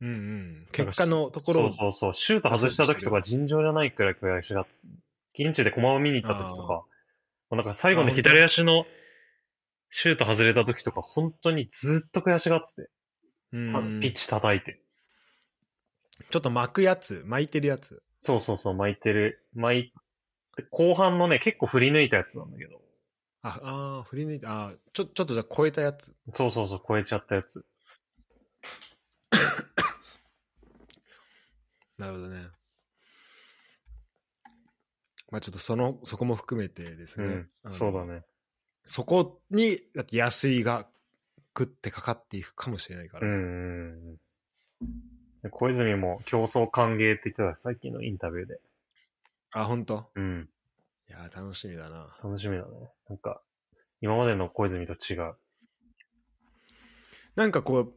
A: うんうん。結果のところ
B: そ
A: を
B: うそうそう。シュート外した時とか尋常じゃないくらい悔しがって、現地で駒を見に行った時と
A: あー
B: か、もうなんか最後の左足のシュート外れた時とか、本当にずっと悔しがってて、
A: うんうん
B: ピッチ叩いて。
A: ちょっと巻くやつ、巻いてるやつ。
B: そうそうそう、巻いてる。巻いて、後半のね、結構振り抜いたやつなんだけど。
A: あ、あー振り抜いて、あーちょ、ちょっとじゃあ超えたやつ。
B: そうそうそう、超えちゃったやつ。
A: なるほどね。まあちょっとその、そこも含めてです
B: う
A: ね。
B: ん
A: あの
B: そうだね。
A: そこに、だって安いが、食ってかかっていくかもしれないか
B: う
A: ら、
B: ん
A: ね
B: うんうん。で小泉も競争歓迎って言ってた、最近のインタビューで。
A: あ、本当。
B: うん。
A: いやー、楽しみだな。
B: 楽しみだね。なんか、今までの小泉と違う。
A: なんかこう、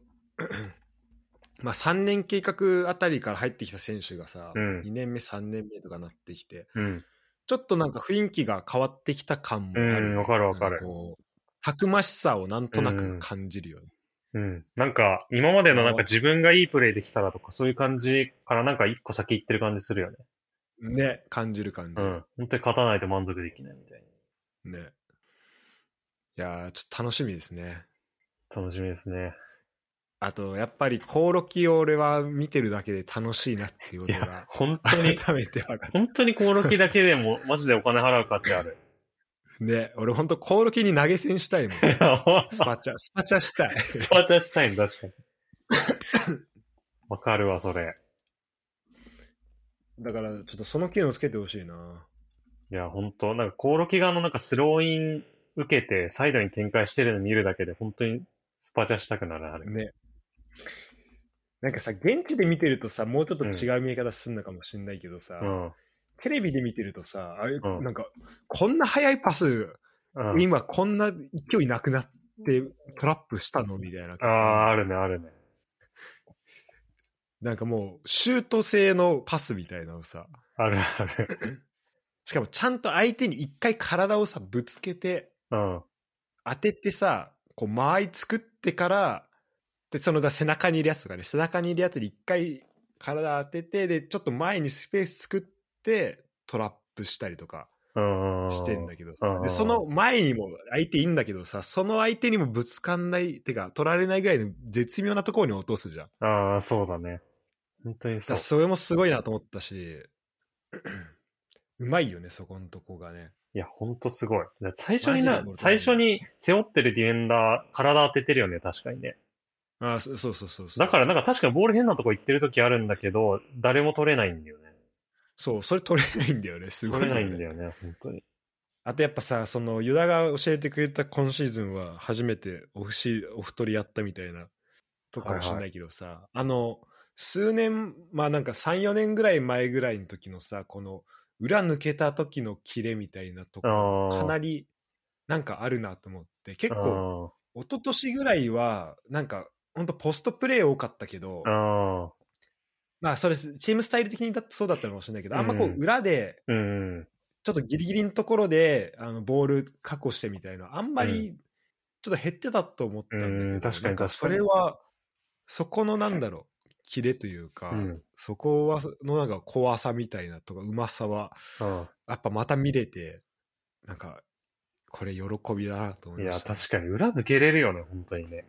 A: まあ3年計画あたりから入ってきた選手がさ、
B: うん
A: 2年目、3年目とかなってきて、
B: うん。
A: ちょっとなんか雰囲気が変わってきた感もある、
B: うんわかるわかる
A: なんこうたくましさをなんとなく感じるよね。
B: うん。なんか、今までのなんか自分がいいプレイできたらとか、そういう感じからなんか一個先行ってる感じするよね。
A: ね、感じる感じ
B: う
A: る。
B: ん。本当に勝たないと満足できないみたい
A: ね。いやー、ちょっと楽しみですね。
B: な。楽しみですね。
A: あと、やっぱり、コオロキを俺は見てるだけで楽しいなっていうこ
B: い
A: と
B: や
A: が、、
B: 本当に、
A: 改めて分かる。
B: 本当にコオロキだけでも、マジでお金払う価値あ る。
A: ね、俺ほんとコオロキに投げ銭したいも ん。
B: いやほん
A: スパチャ、スパチャしたい。
B: スパチャしたいの、確かに。わかるわ、それ。
A: だから、ちょっとその機能つけてほしいな。
B: いや、本当なんか、コオロキ側のなんかスローイン受けて、サイドに展開してるの見るだけで、本当にスパチャしたくなる、あれ。
A: ね。なんかさ、現地で見てるとさ、もうちょっと違う見え方すんのかもしんないけどさ、
B: うん。
A: テレビで見てるとさ、あれ、
B: うん
A: なんか、こんな速いパス、
B: うん。
A: 今こんな勢いなくなってトラップしたのみたいな。
B: ああ、あるね、あるね。
A: なんかもう、シュート性のパスみたいなのさ、
B: あるある。
A: しかもちゃんと相手に一回体をさ、ぶつけて、
B: うん。
A: 当ててさ、こう間合い作ってから、で、そのだ背中にいるやつとかね、背中にいるやつに一回体当てて、で、ちょっと前にスペース作って、トラップしたりとか
B: うん。
A: してんだけどさ
B: う、ん
A: で、その前にも相手いいんだけどさ、その相手にもぶつかんない、てか、取られないぐらいの絶妙なところに落とすじゃん。だ
B: ああ、そうだね。本当に
A: か
B: そ
A: ら
B: う。
A: それもすごいなと思ったし、うまいよね、そこのとこがね。
B: いや、ほんとすごい。だ最初に
A: マジ
B: な
A: でボル、トだ
B: 最
A: ね
B: 初に背負ってるディフェンダー、体当ててるよね、確かにね。
A: あそそうそうそうそう。
B: だからなんか確かにボール変なとこ行ってる時あるんだけど、誰も取れないんだよね。
A: そう、それ取れないんだよね、すごい、
B: 取
A: ね。
B: れないんだよ ね、本当に。
A: あとやっぱさ、その、ユダが教えてくれた今シーズンは初めてオフシー、オフ取りやったみたいなとこかもしれないけどさ、あの、数年、まあなんか3、4年ぐらい前ぐらいの時のさ、この、裏抜けた時のキレみたいなとこ、
B: ああ。
A: かなり、なんかあるなと思って、結構、
B: 構。
A: 一昨年ぐらいは、なんか、ほんとポストプレー多かったけど、
B: ああ。
A: まあそれ、チームスタイル的にだってそうだったのかもしれないけど、あんまこう
B: うん
A: 裏で、
B: うん。
A: ちょっとギリギリのところであのボール確保してみたいな、あんまりちょっと減ってたと思ったんだけど、
B: うん確かに
A: なん
B: 確かに
A: それは、そこのなんだろう、キレというか、
B: うん。
A: そこはのなんか怖さみたいなとか、うまさは、
B: あ
A: やっぱまた見れて、なんか、これ喜びだなと
B: あ
A: 思
B: い
A: いま
B: や、
A: した。
B: 確かに裏抜けれるよね、本当にね。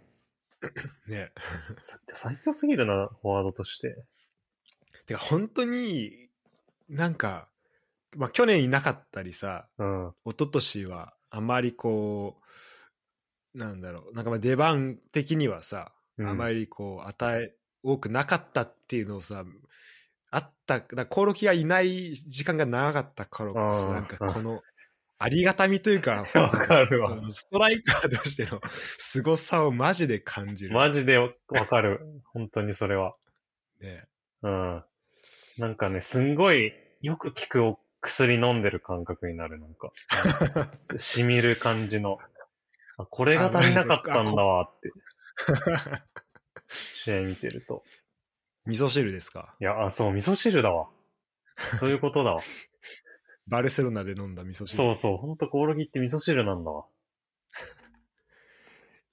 A: ね。
B: さ最強すぎるな、フォワードとして。
A: てか、本当に、なんか、まあ、去年いなかったりさ、
B: うん。
A: 一昨年はあまりこうなんだろうなんかまあ出番的にはさ、
B: うん
A: あまりこう与え多くなかったっていうのをさあっただからコオロキがいない時間が長かったからこそ
B: あー
A: なんかこのありがたみというか
B: わかるわ
A: あのストライカーとして の凄さをマジで感じる、
B: マジでわわかる。本当にそれは。
A: ね、
B: うん。なんかね、すんごいよく効くお薬飲んでる感覚になる、なん か。染みる感じの。あこれが足りなかったんだわ って、試合見てると。
A: 味噌汁ですか
B: いや、あ、そう、味噌汁だわ。そういうことだ わ。
A: バルセロナで飲んだ味噌汁
B: そうそう、ほんとコオロギって味噌汁なんだわ。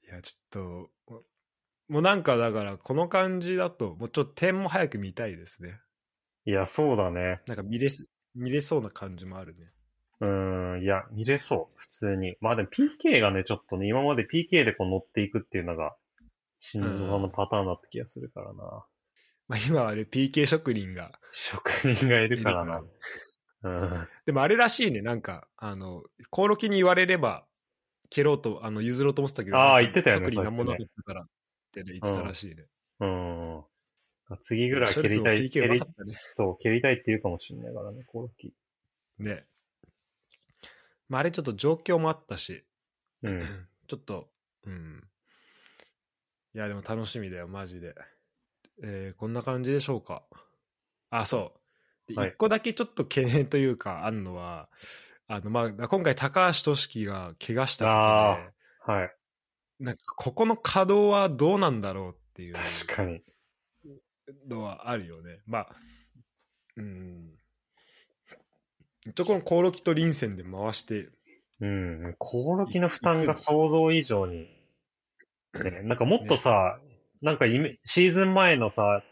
A: いや、ちょっと、もうなんかだから、この感じだと、もうちょっと点も早く見たいですね。
B: いや、そうだね。
A: なんか見れす、見れそうな感じもあるね。
B: うーん、いや、見れそう、普通に。まあでも PK がね、ちょっとね、今まで PK でこう乗っていくっていうのが、心臓さんのパターンだった気がするからな。
A: まあ今はね、PK 職人が
B: 職人がい
A: い
B: るからな。
A: ね
B: うん。
A: でもあれらしいね、なんか、あの、コオロキに言われれば、蹴ろうと、あの、譲ろうと思ってたけど、
B: あー言ってたよね
A: 特に何も
B: そ
A: なか
B: うで
A: ったからってね、言ってたらしいね。
B: うん。次ぐらい
A: ショ
B: 蹴
A: ルツ
B: り
A: も
B: たい、
A: PK
B: 蹴
A: うま
B: り
A: か、ったね。
B: そう、蹴りたいって言うかもしれないからね、コロッキ。
A: ね。まあ、あれちょっと状況もあったし、
B: うん。
A: ちょっと、うん。いや、でも楽しみだよ、マジで。えーこんな感じでしょうか。あ、そう。で、
B: はい
A: 一個だけちょっと懸念というか、あるのは、あの、まあ、今回高橋俊樹が怪我した
B: あ
A: こ
B: ーはい。
A: とで、なんか、ここの稼働はどうなんだろうっていう
B: 確かに。
A: のはあるよね。まあ、うん。一応このコオロキと臨戦で回して、
B: うん。コオロキの負担が想像以上に。ね、なんかもっとさ、なんかイメシーズン前のさ、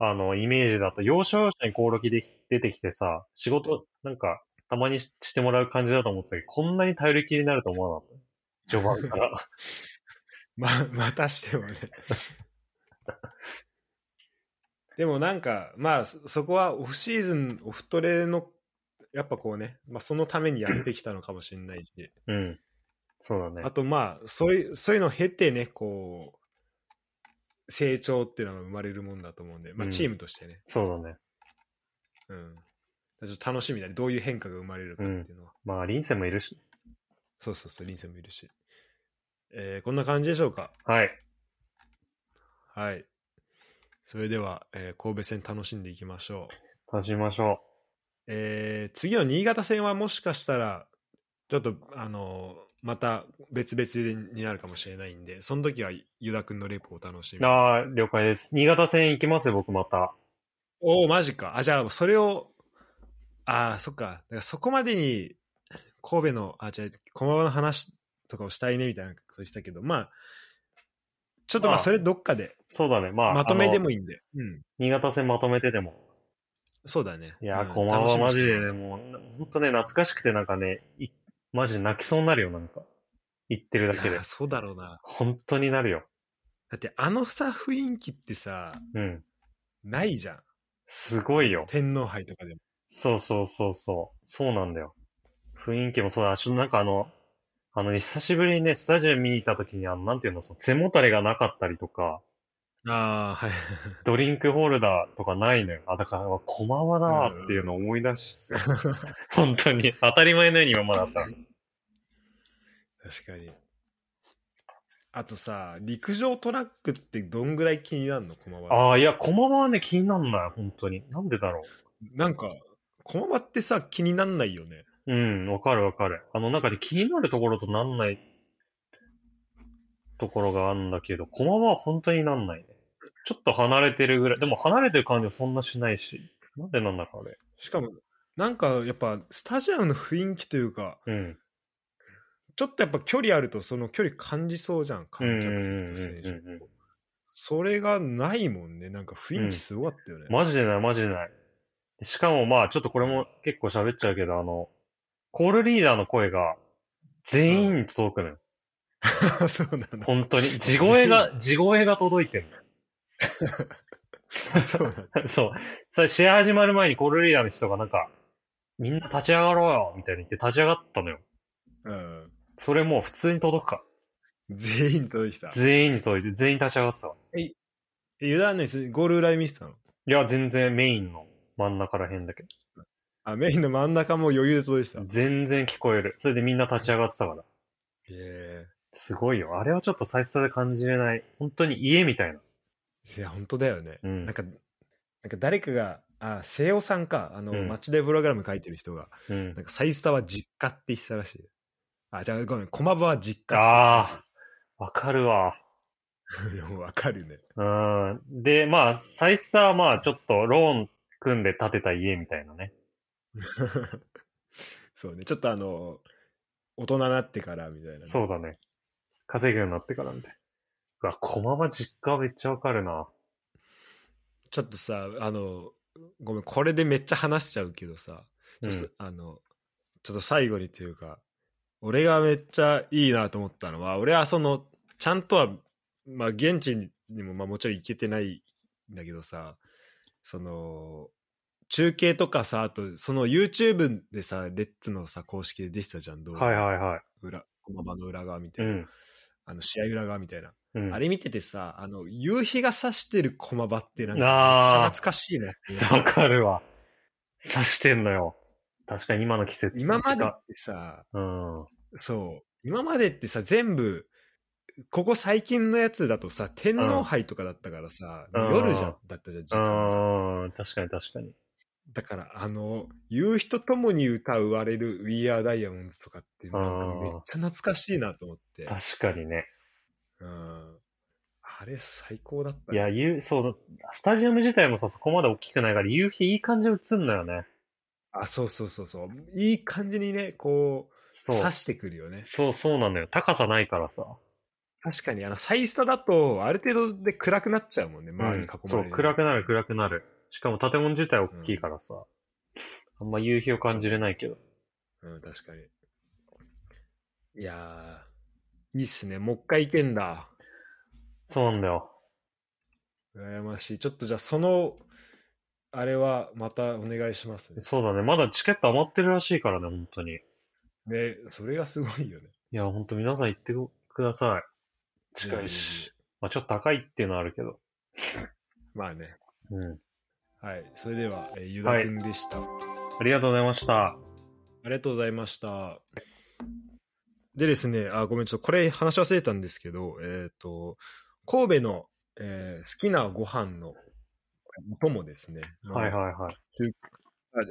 B: あの、イメージだと、要所要所にコオロキでき出てきてさ、仕事、なんか、たまにししてもらう感じだと思ってたけど、こんなに頼りきりになると思わなかった。序盤から。
A: ま、またしてもね。 でもなんか、まあ、そそこはオフシーズン、オフトレの、やっぱこうね、まあ、そのためにやってきたのかもしれないし、
B: うん。そうだね。
A: あとまあ、そういう、そういうのを経てね、こう、成長っていうのが生まれるもんだと思うんで、まあ、
B: うん
A: チームとしてね、
B: そうだね。
A: うん。ちょっと楽しみだね、どういう変化が生まれるかっていうのは。
B: まあ、リンセもいるし。
A: そうそうそう、リンセもいるし。えーこんな感じでしょうか。
B: はい。
A: はい。それでは、えー神戸戦楽しんでいきましょう。
B: 楽しみましょ
A: えー次の新潟戦はもしかしたら、ちょっと、あのーまた別々になるかもしれないんで、その時はユダ君のレポを楽しみ
B: う。
A: に。
B: ああ、了解です。新潟戦行きますよ、僕また。
A: おお、マジか。あ、じゃあ、それを、ああ、そっか。だからそこまでに、神戸の、あ、じゃあ、駒場の話とかをしたいね、みたいなことしたけど、まあ、ちょっとまあ、
B: まあ
A: それどっかで、
B: そうだね。まあ、
A: まとめで
B: あの
A: もいいんで。うん。
B: 新潟戦まとめてでも。
A: そうだね。
B: いや
A: う
B: ー、
A: ん
B: こまはマジ。で
A: 楽しみにして
B: ね、もう、ほんとね、懐かしくてなんかね、いマジで泣きそうになるよ、なんか。言ってる
A: ま
B: だ
A: す
B: け
A: い
B: で
A: やー。そうだろうな。
B: 本当になるよ。
A: だって、あのさ、雰囲気ってさ、
B: うん。
A: ないじゃん。
B: すごいよ。
A: 天皇杯とかでも。
B: そうそうそうそう。そうなんだよ。雰囲気もそうだし、なんかあの、あのね、久しぶりにね、スタジアム見に行った時に、あの、なんていうの、その背もたれがなかったりとか、
A: ああ、はい。
B: ドリンクホルダーとかないのよ。あ、だから、駒場だわっていうのを思い出す よ。本当に。当たり前のように今まであったの。
A: 確かに。あとさ、陸上トラックってどんぐらい気になるの駒場。
B: ああ、いや、駒場はね、気になんない。本当に。なんでだろ
A: なんか、駒場ってさ、気になんないよね。
B: う。うん、わかるわかる。あの、なんかね、気になるところとなんないところがあるんだけど、駒場は本当になんないね。ちょっと離れてるぐらい。でも離れてる感じはそんなしないし。なんでなんだろう、あれ。
A: しかも、なんかやっぱ、スタジアムの雰囲気というか、
B: うん。
A: ちょっとやっぱ距離あると、その距離感じそうじゃん、観客席と選
B: うんうんうんうんうん
A: 手。それがないもんね。なんか雰囲気すごかったよね。
B: マジでない、マジでない。しかもまあ、ちょっとこれも結構喋っちゃうけど、あの、コールリーダーの声が全員に届くのよ。
A: そうなの。
B: 本当に。地声が、地声が届いてる
A: そうなの。
B: の。 そう。それ試合始まる前にコールリーダーの人がなんか、みんな立ち上がろうよみたいに言って立ち上がったのよ。
A: うん。
B: それもう普通に届くか。
A: 全員届いてきた。
B: 全員に届いて、全員立ち上がってたわ。
A: えユダはね、ゴール裏見せたの
B: いや、全然メインの真ん中ら辺だけど。
A: あ、メインの真ん中も余裕で届いてた。
B: 全然聞こえる。それでみんな立ち上がってたから。
A: え
B: すごいよ。あれはちょっと最初で感じれない。本当に家みたいな。
A: えいや、本当だよね。
B: うん
A: なんか、なんか誰かが、あ、瀬尾さんか、あの、
B: うん
A: マッチデープログラム書いてる人が、
B: うん
A: な。んか、サイスタは実家って言ってたらしい。あ、じゃあ、ごめん、駒場は実家って
B: ああ、わかるわ。
A: 言ってたらしい。 いやもうわかるね。
B: うん。で、まあ、サイスターはまあ、ちょっとローン組んで建てた家みたいなね。
A: そうね、ちょっとあの、大人になってからみたいなね、
B: そうだね。稼ぐようになってからみたいな。うわ、駒場実家めっちゃわかるな。
A: ちょっとさ、あの、ごめん、これでめっちゃ話しちゃうけどさ、ち
B: う
A: ょっと
B: ん。
A: あの、ちょっと最後にというか、俺がめっちゃいいなと思ったのは、俺はその、ちゃんとは、まあ、現地にも、まあ、もちろん行けてないんだけどさ、その、中継とかさ、あと、その YouTube でさ、レッツのさ、公式で出てたじゃん、動画。
B: はいはいはい。
A: 裏、駒場の裏側みた
B: う
A: いな、
B: ん。
A: あの試合裏側みたいな、
B: うん。
A: あれ見ててさ、あの、夕日が差してる駒場ってなんか、めっちゃ
B: ああ
A: 懐かしいなっていう
B: わかるわ。刺してんのよ。確かに今の季節。
A: 今までっ
B: 短
A: てさ、
B: うん。
A: そう、今までってさ、全部、ここ最近のやつだとさ、天皇杯とかだったからさ、
B: うん
A: 夜じゃ、だったじゃん、時間。
B: うん。確かに確かに。
A: だから、あの、夕日とともに歌うわれる We Are Diamonds とかって、なんかめっちゃ懐かしいなと思って。
B: 確かにね。
A: うん。あれ、最高だった
B: い
A: ね。
B: や、夕そう、スタジアム自体もさ、そこまで大きくないから、夕日いい感じで映んのよね。
A: あ、そうそうそうそう。いい感じにね、こう、
B: そう
A: 刺。してくるよね。
B: そう、そうなのよ。高さないからさ。
A: 確かに、あの、サイスタだと、ある程度で暗くなっちゃうもんね、周りに囲まれて、
B: うんそう、暗くなる、暗くなる。しかも建物自体大きいからさ。あんま夕日を感じれないけど。
A: うん、確かに。いやー、いいっすね。もう一回行けんだ。
B: そうなんだよ。
A: 羨ましい。ちょっとじゃあ、その、あれは、またお願いしますね。
B: そうだね。まだチケット余ってるらしいからね、本当に。い
A: ね、それがすごいよね。
B: や、本当皆さん行ってください。近いし。まあちょっと高いっていうのはあるけど。
A: まあね。
B: うん。
A: はい。それでは、えー、ゆだくんでした、
B: ありがとうございました。
A: ありがとうございました。でですね、あ、ごめん、ちょっとこれ話し忘れたんですけど、えっ、と、神戸の、えー好きなご飯のお供ですね。
B: はいはいはい。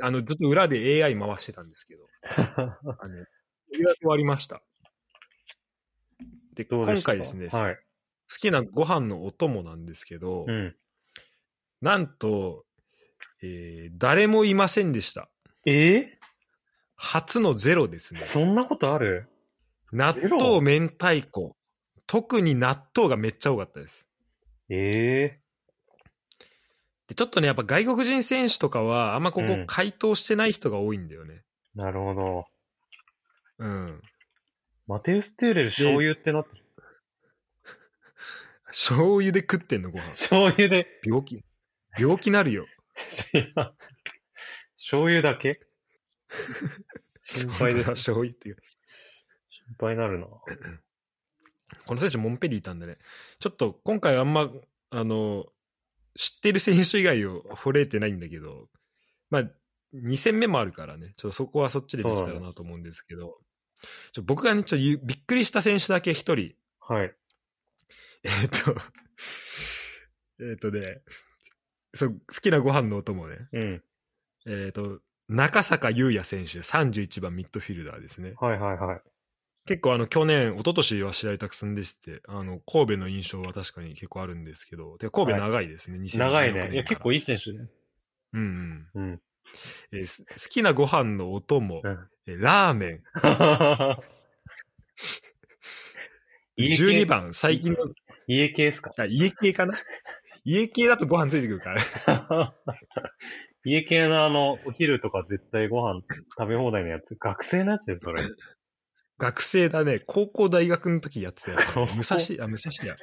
A: ああの、ずっと裏で AI 回してたんです けど、あの、やり終わりました。で、
B: ど
A: 今
B: うでしたか
A: 回ですね、
B: はい。
A: 好きなご飯のお供なんですけど、
B: うん。
A: なんと、えー誰もいませんでした。
B: え
A: 初のゼロです
B: ー
A: ね。
B: そんなことある
A: 納豆、明太子。特に納豆がめっちゃ多かったです。
B: え
A: でちょっとね、やっぱ外国人選手とかは、あんまここ
B: うん
A: 回答してない人が多いんだよね。
B: ー、なるほど。
A: うん。
B: マテウス・テューレル醤油ってなってる。
A: 醤油で食ってんの、ご飯。
B: 醤油で、
A: 病気。病気なるよ。
B: 醤油だけ心
A: 本
B: 配
A: 当
B: で
A: だ、
B: す。心
A: 醤油っていう。
B: 配になるな。
A: この選手、モンペリーいたんでね。ちょっと今回あんま、あの、知ってる選手以外を惚れてないんだけど、まあ、2戦目もあるからね、ちょっとそこはそっちでできたらなと思うんですけど、ちょ僕がね、ちょっとゆびっくりした選手だけ1人、
B: はい。
A: えーっと、えーっとね、そう、好きなご飯のお供ね、
B: うん。
A: えーっと、中坂優也選手、31番ミッドフィルダーですね。
B: はいはいはい。
A: 結構あの去年、一昨年は試合たくさんでして、あの神戸の印象は確かに結構あるんですけど、てか神戸長いですね、2016年
B: 長いね。いや、
A: から
B: 結構いい選手ね。
A: うんうん
B: うん。
A: えーす好きなご飯のお供、
B: うん
A: えーラーメン、
B: 家系
A: 12。番、最近の、
B: 家系っすか
A: あ家系かな家系だとご飯ついてくるから。
B: 家系のあの、お昼とか絶対ご飯食べ放題のやつ。学生のやつで、それ。
A: 学生だね、高校大学の時やってたやつ
B: 高
A: ね、
B: 校
A: 武蔵、あ、武蔵や。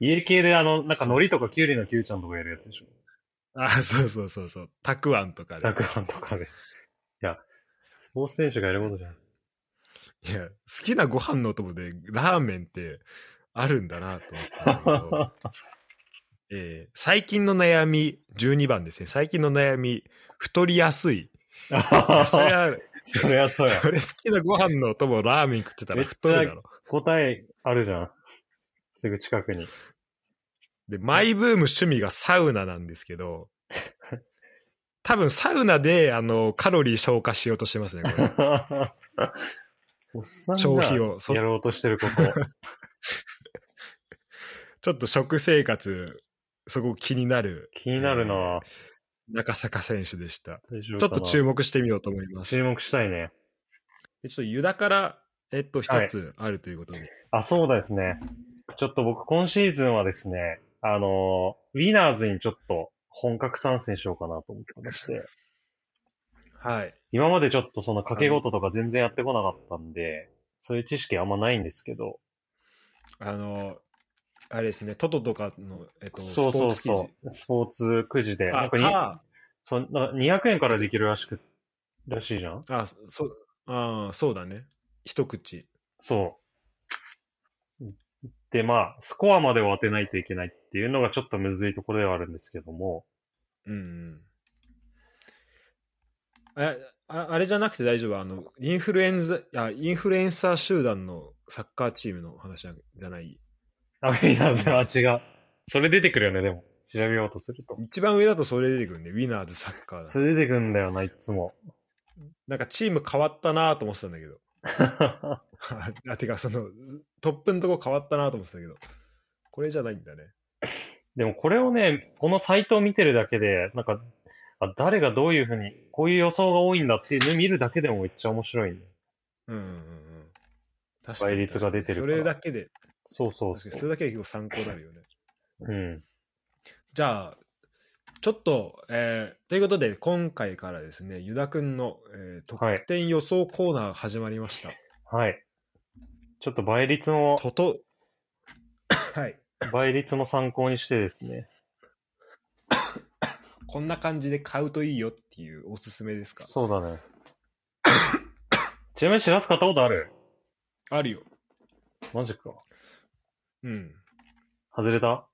B: 家系であの、なんか海苔とかキュウリのキュウちゃんとかやるやつでしょ。
A: あ、 そうそうそうそう、たくあんとか
B: た
A: ね。
B: くあんとかで。いや、スポーツ選手がやることじゃん。
A: いや、好きなご飯のお供でラーメンってあるんだなと思ったんだけ ど。えー最近の悩み、12番ですね。最近の悩み、太りやすい。そりゃ、
B: そりゃそうや。
A: それ好きなご飯のお供ラーメン食ってたら太るだろ。
B: 答えあるじゃん。すぐ近 くに。
A: で、マイブーム趣味がサウナなんですけど、多分サウナで、あの、カロリー消化しようとしてますね、 これ。
B: おっさんが
A: 消費をそ
B: やろうとしてること。
A: ちょっと食生活、そこ気になる
B: 気になるな
A: 中坂選手でした。
B: 大 丈
A: ちょっ
B: 夫か
A: と
B: な
A: 注目してみようと思います。
B: 注目したいね。
A: でちょっとユダから、えっと、一つあるということで。
B: あ、そうですね。ちょっと僕今シーズンはですね、あのーウィナーズにちょっと本格参戦しようかなと思ってまして、
A: はい。
B: 今までちょっとその掛け事とか全然やってこなかったんで、そういう知識あんまないんですけど、
A: あの、あれですね、トトとかの、えっと、
B: そうそう
A: スポーツ
B: そう、スポーツくじ
A: 記
B: で、
A: 事
B: なん
A: あ
B: かに
A: か
B: そうなんか200円からできるらしくっらしいじゃん
A: あ、そう、ああ、そうだね。一口。
B: そう。で、まあ、スコアまでを当てないといけないっていうのがちょっとむずいところではあるんですけども、
A: うんうん。あああれじゃなくて大丈夫あの、インフルエンザ、いや、インフルエンサー集団のサッカーチームの話じゃじゃない。
B: あ、いや、それは違う。それ出てくるよね、でも。調べようとすると。
A: 一番上だとそれ出てくるね。ウィナーズサッカーだ
B: そ。れ出てくるんだよな、いつ も。
A: なんかチーム変わったなと思ってたんだけど。あ、てか、その、トップのとこ変わったなと思ってたけど。これじゃないんだね。
B: でもこれをね、このサイトを見てるだけで、なんか、あ誰がどういうふうに、こういう予想が多いんだっていうのを見るだけでもめっちゃ面白いね。
A: うんうんうんうん。確
B: 倍率が出てる
A: そ
B: から
A: れだけで、
B: そうそう
A: 確
B: そ
A: かにそれ
B: う。
A: だけで結構参考になるよね。
B: うん。
A: じゃあ、ちょっと、えーということで、今回からですね、ユダくんの、えー
B: はい
A: 得点予想コーナーが始まりました。
B: はい。ちょっと倍率の、
A: とと、はい。
B: 倍率の参考にしてですね。
A: こんな感じで買うといいよっていうおすすめですか
B: そうだね。ちなみに知らす買ったことある
A: あるよ。
B: マジか。
A: うん。
B: 外れた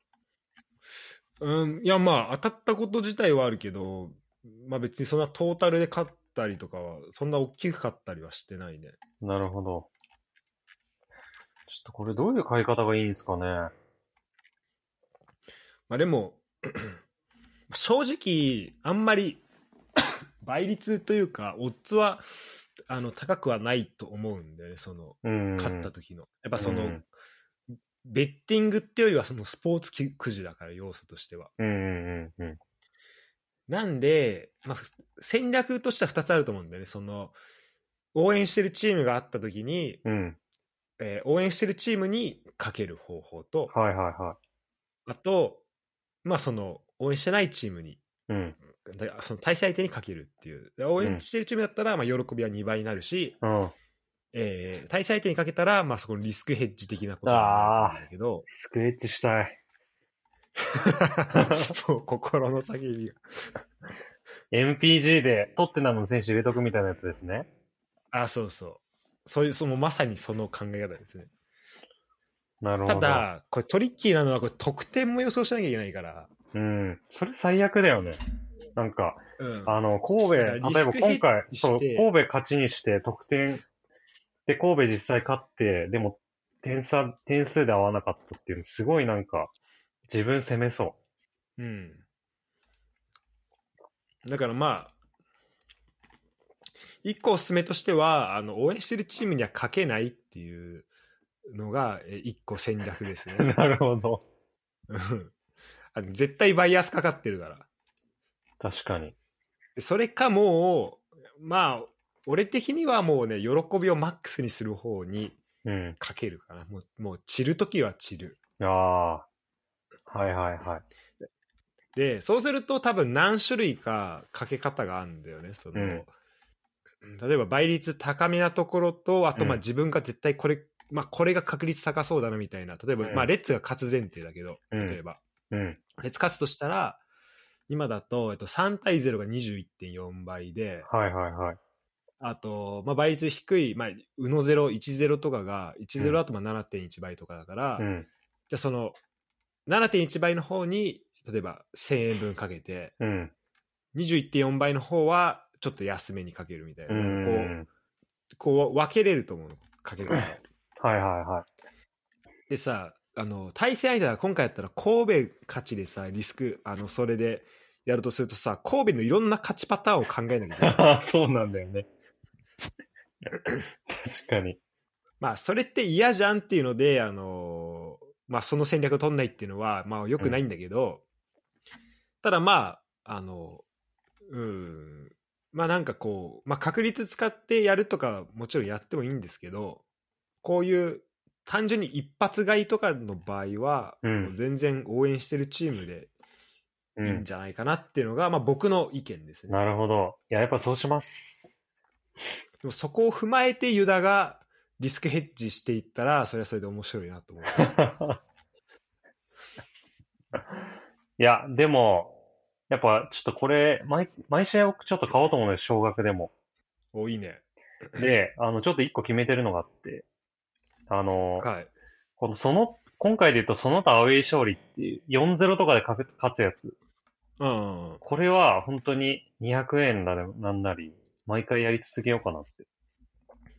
A: うん、いや、まあ、当たったこと自体はあるけど、まあ別にそんなトータルで勝ったりとかは、そんな大きく勝ったりはしてないね。
B: なるほど。ちょっとこれどういう買い方がいいんですかね。
A: まあでも、 正直、あんまり 倍率というか、オッズはあの高くはないと思うんだよね、その、
B: うん。
A: 勝った時の。やっぱその、
B: うん
A: ベッティングってよりはそのスポーツきくじだから、要素としては。
B: うんうんうんうん。
A: なんで、まあ、ふ戦略としては2つあると思うんだよね、その、応援してるチームがあった時に、
B: うん。
A: えー応援してるチームにかける方法と、
B: はいはいは
A: あと、まあその、応援してないチームに
B: い。うん。
A: だその対戦相手にかけるっていう。で応援してるチームだったら、まあ、喜びは2倍になるし、
B: うん。リ
A: えー対戦相手にかけたら、まあ、そこのリスクヘッジ的なことになると思うん
B: スクエッチしたい。
A: だけ ど、もう心の叫びが。
B: MPG でトッテナムの選手入れとくみたいなやつですね。
A: あ、そうそう。そういう、そのまさにその考え方ですね。
B: なるほ
A: た
B: ど。、
A: だ、これトリッキーなのは、これ得点も予想しなきゃいけないから。
B: うん。それ最悪だよね。なんか、
A: うん。
B: あの、
A: だか
B: 神戸、
A: ら
B: 例え
A: リス
B: ば
A: ク
B: 今回、
A: ヘッジ
B: そう、
A: して
B: 神戸勝ちにして得点、で、神戸実際勝って、でも、点差、点数で合わなかったっていうの、すごいなんか、自分攻めそ
A: うん。だからまあ、一個おすすめとしては、あの、応援してるチームにはかけないっていうのが、え一個戦略です
B: う。
A: ね。
B: なるほど。
A: うんあの絶対バイアスかかってるから。
B: 確かに。
A: でそれかもう、まあ、俺的にはもうね、喜びをマックスにする方に
B: うん。
A: かけるかな。もう、もう散るときは散る。
B: ああ。はいはいはい。
A: で、そうすると多分何種類かかけ方があるんだよね。その、
B: うん
A: 例えば倍率高めなところと、あとま
B: う
A: あ
B: ん
A: 自分が絶対これ、まあこれが確率高そうだなみたいな。例えば、
B: うん
A: まあレッツが勝つ前提だけど、
B: うん
A: 例えば、
B: うん。
A: レッツ勝つとしたら、今だと、えっと、3対0が21.4倍で、
B: はいはいはい。
A: あと、まあ、倍率低い、まあ、うの0、1-0とかが、1-0だとまあ7.1倍とかだから、
B: うん。
A: じゃあその、7.1倍の方に、例えば1000円分かけて、
B: うん。
A: 21.4倍の方はちょっと安めにかけるみたいな、
B: うん。
A: こうこう分けれると 思うのかけ方を
B: はいはいは
A: でさあの対戦相手は今回やったら神戸勝ちでさリスクあのそれでやるとするとさ神戸のいろんな勝ちパターンを考えなきゃいけない
B: い。そうなんだよね。確かに。
A: まあそれって嫌じゃんっていうのであの、まあ、その戦略を取んないっていうのはまあよくないんだけど、ただまああのうんまあなんかこう、まあ、確率使ってやるとかもちろんやってもいいんですけどこういう単純に一発買いとかの場合は、
B: うん
A: もう全然応援してるチームで
B: う
A: いい
B: ん
A: ん。じゃないかなっていうのが、まあ、僕の意見ですね。
B: なるほど。いや、やっぱそうします。
A: でもそこを踏まえてユダがリスクヘッジしていったらそれはそれで面白いな と思う。
B: いや、でも、やっぱちょっとこれ、毎、毎試合僕ちょっと買おうと思うので、少額でも。
A: お、いいね。
B: で、あの、ちょっと一個決めてるのがあって、あの、
A: はい。
B: このその、今回で言うとその他アウェイ勝利っていう、4-0とかで勝つやつ。
A: うんうんうん。
B: これは本当に200円だね、なんなり、毎回やり続けようかなって。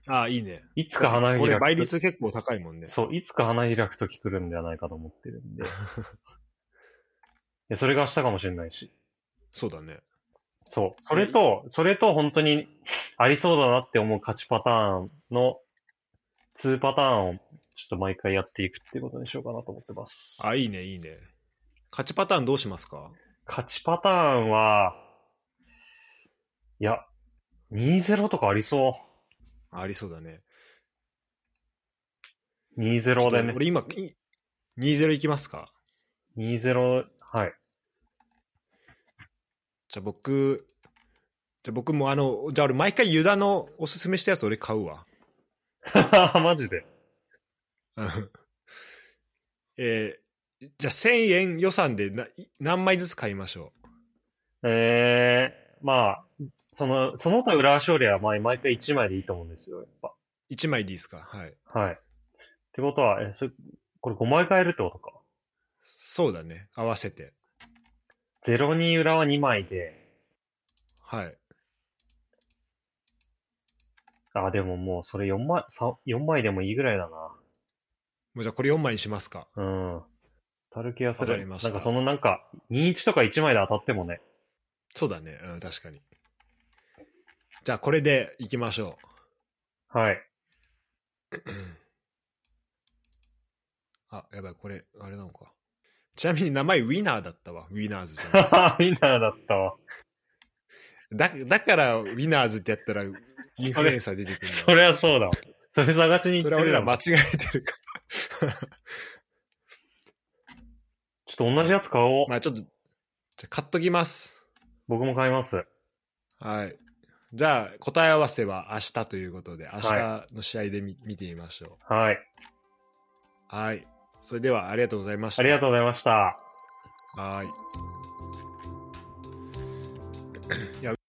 A: ああ、いいね。
B: いつか花開くと
A: これ倍率結構高いもんね。
B: そう、いつか花開くとき来 るんではないかと思ってるんで。いやそれが明日かもしれないし。
A: そうだね。
B: そう。それと、それと本当にありそうだなって思う勝ちパターンの2パターンをちょっと毎回やっていくっていうことにしようかなと思ってます。
A: あ、いいね、いいね。勝ちパターンどうしますか
B: 勝ちパターンは、いや、2-0とかありそ
A: ありそうだね。
B: う。2-0で
A: ちょっと
B: ね。
A: 俺今、い2-0いきますか
B: 2-0、はい。
A: じゃあ僕、じゃあ僕もあの、じゃあ俺毎回ユダのおすすめしたやつ俺買うわ。
B: マジで。
A: うんえーじゃあ1000円予算でない何枚ずつ買いましょ
B: えー、まあ、その、その他裏勝利はまあ毎回1枚でいいと思うんですよ、やっぱ。
A: う ?1 枚でいいですかはい。
B: はい。ってことは、え、それ、これ5枚買えるってことか。
A: そうだね。合わせて。
B: 02裏は2枚で、
A: はい。
B: あ、でももうそれ4枚、さ4枚でもいいぐらいだ
A: もうじゃあこれ4枚にしますか。
B: な。うん。たる気がす
A: わか
B: る。
A: り
B: な
A: ま
B: ん
A: した
B: かそのなんか、21とか1枚で当たってもね。
A: そうだね。うん、確かに。じゃあこれでいきましょう。
B: はい。
A: あ、やばい、これ、あれなのか。ちなみに名前ウィナーだったわ。ウィナーズじゃ
B: は
A: ない
B: はウィナーだったわ。
A: だだから、ウィナーズってやったら、インフルエンサー出てくるん
B: そ
A: だ。
B: りゃそうだわ。それ探しに
A: そ
B: 行って
A: れは俺
B: る
A: ら
B: だ
A: 間
B: ろ
A: 違えてるから。
B: ちょっと同じやつ買おう。
A: まあちょっと、じゃあ買っときます。
B: 僕も買います。
A: はい。じゃあ、答え合わせは明日ということで、明
B: は
A: 日の試合で見,、見てみましょ
B: はい。
A: う。はい。それでは、ありがとうございました。
B: ありがとうございました。
A: う。はい。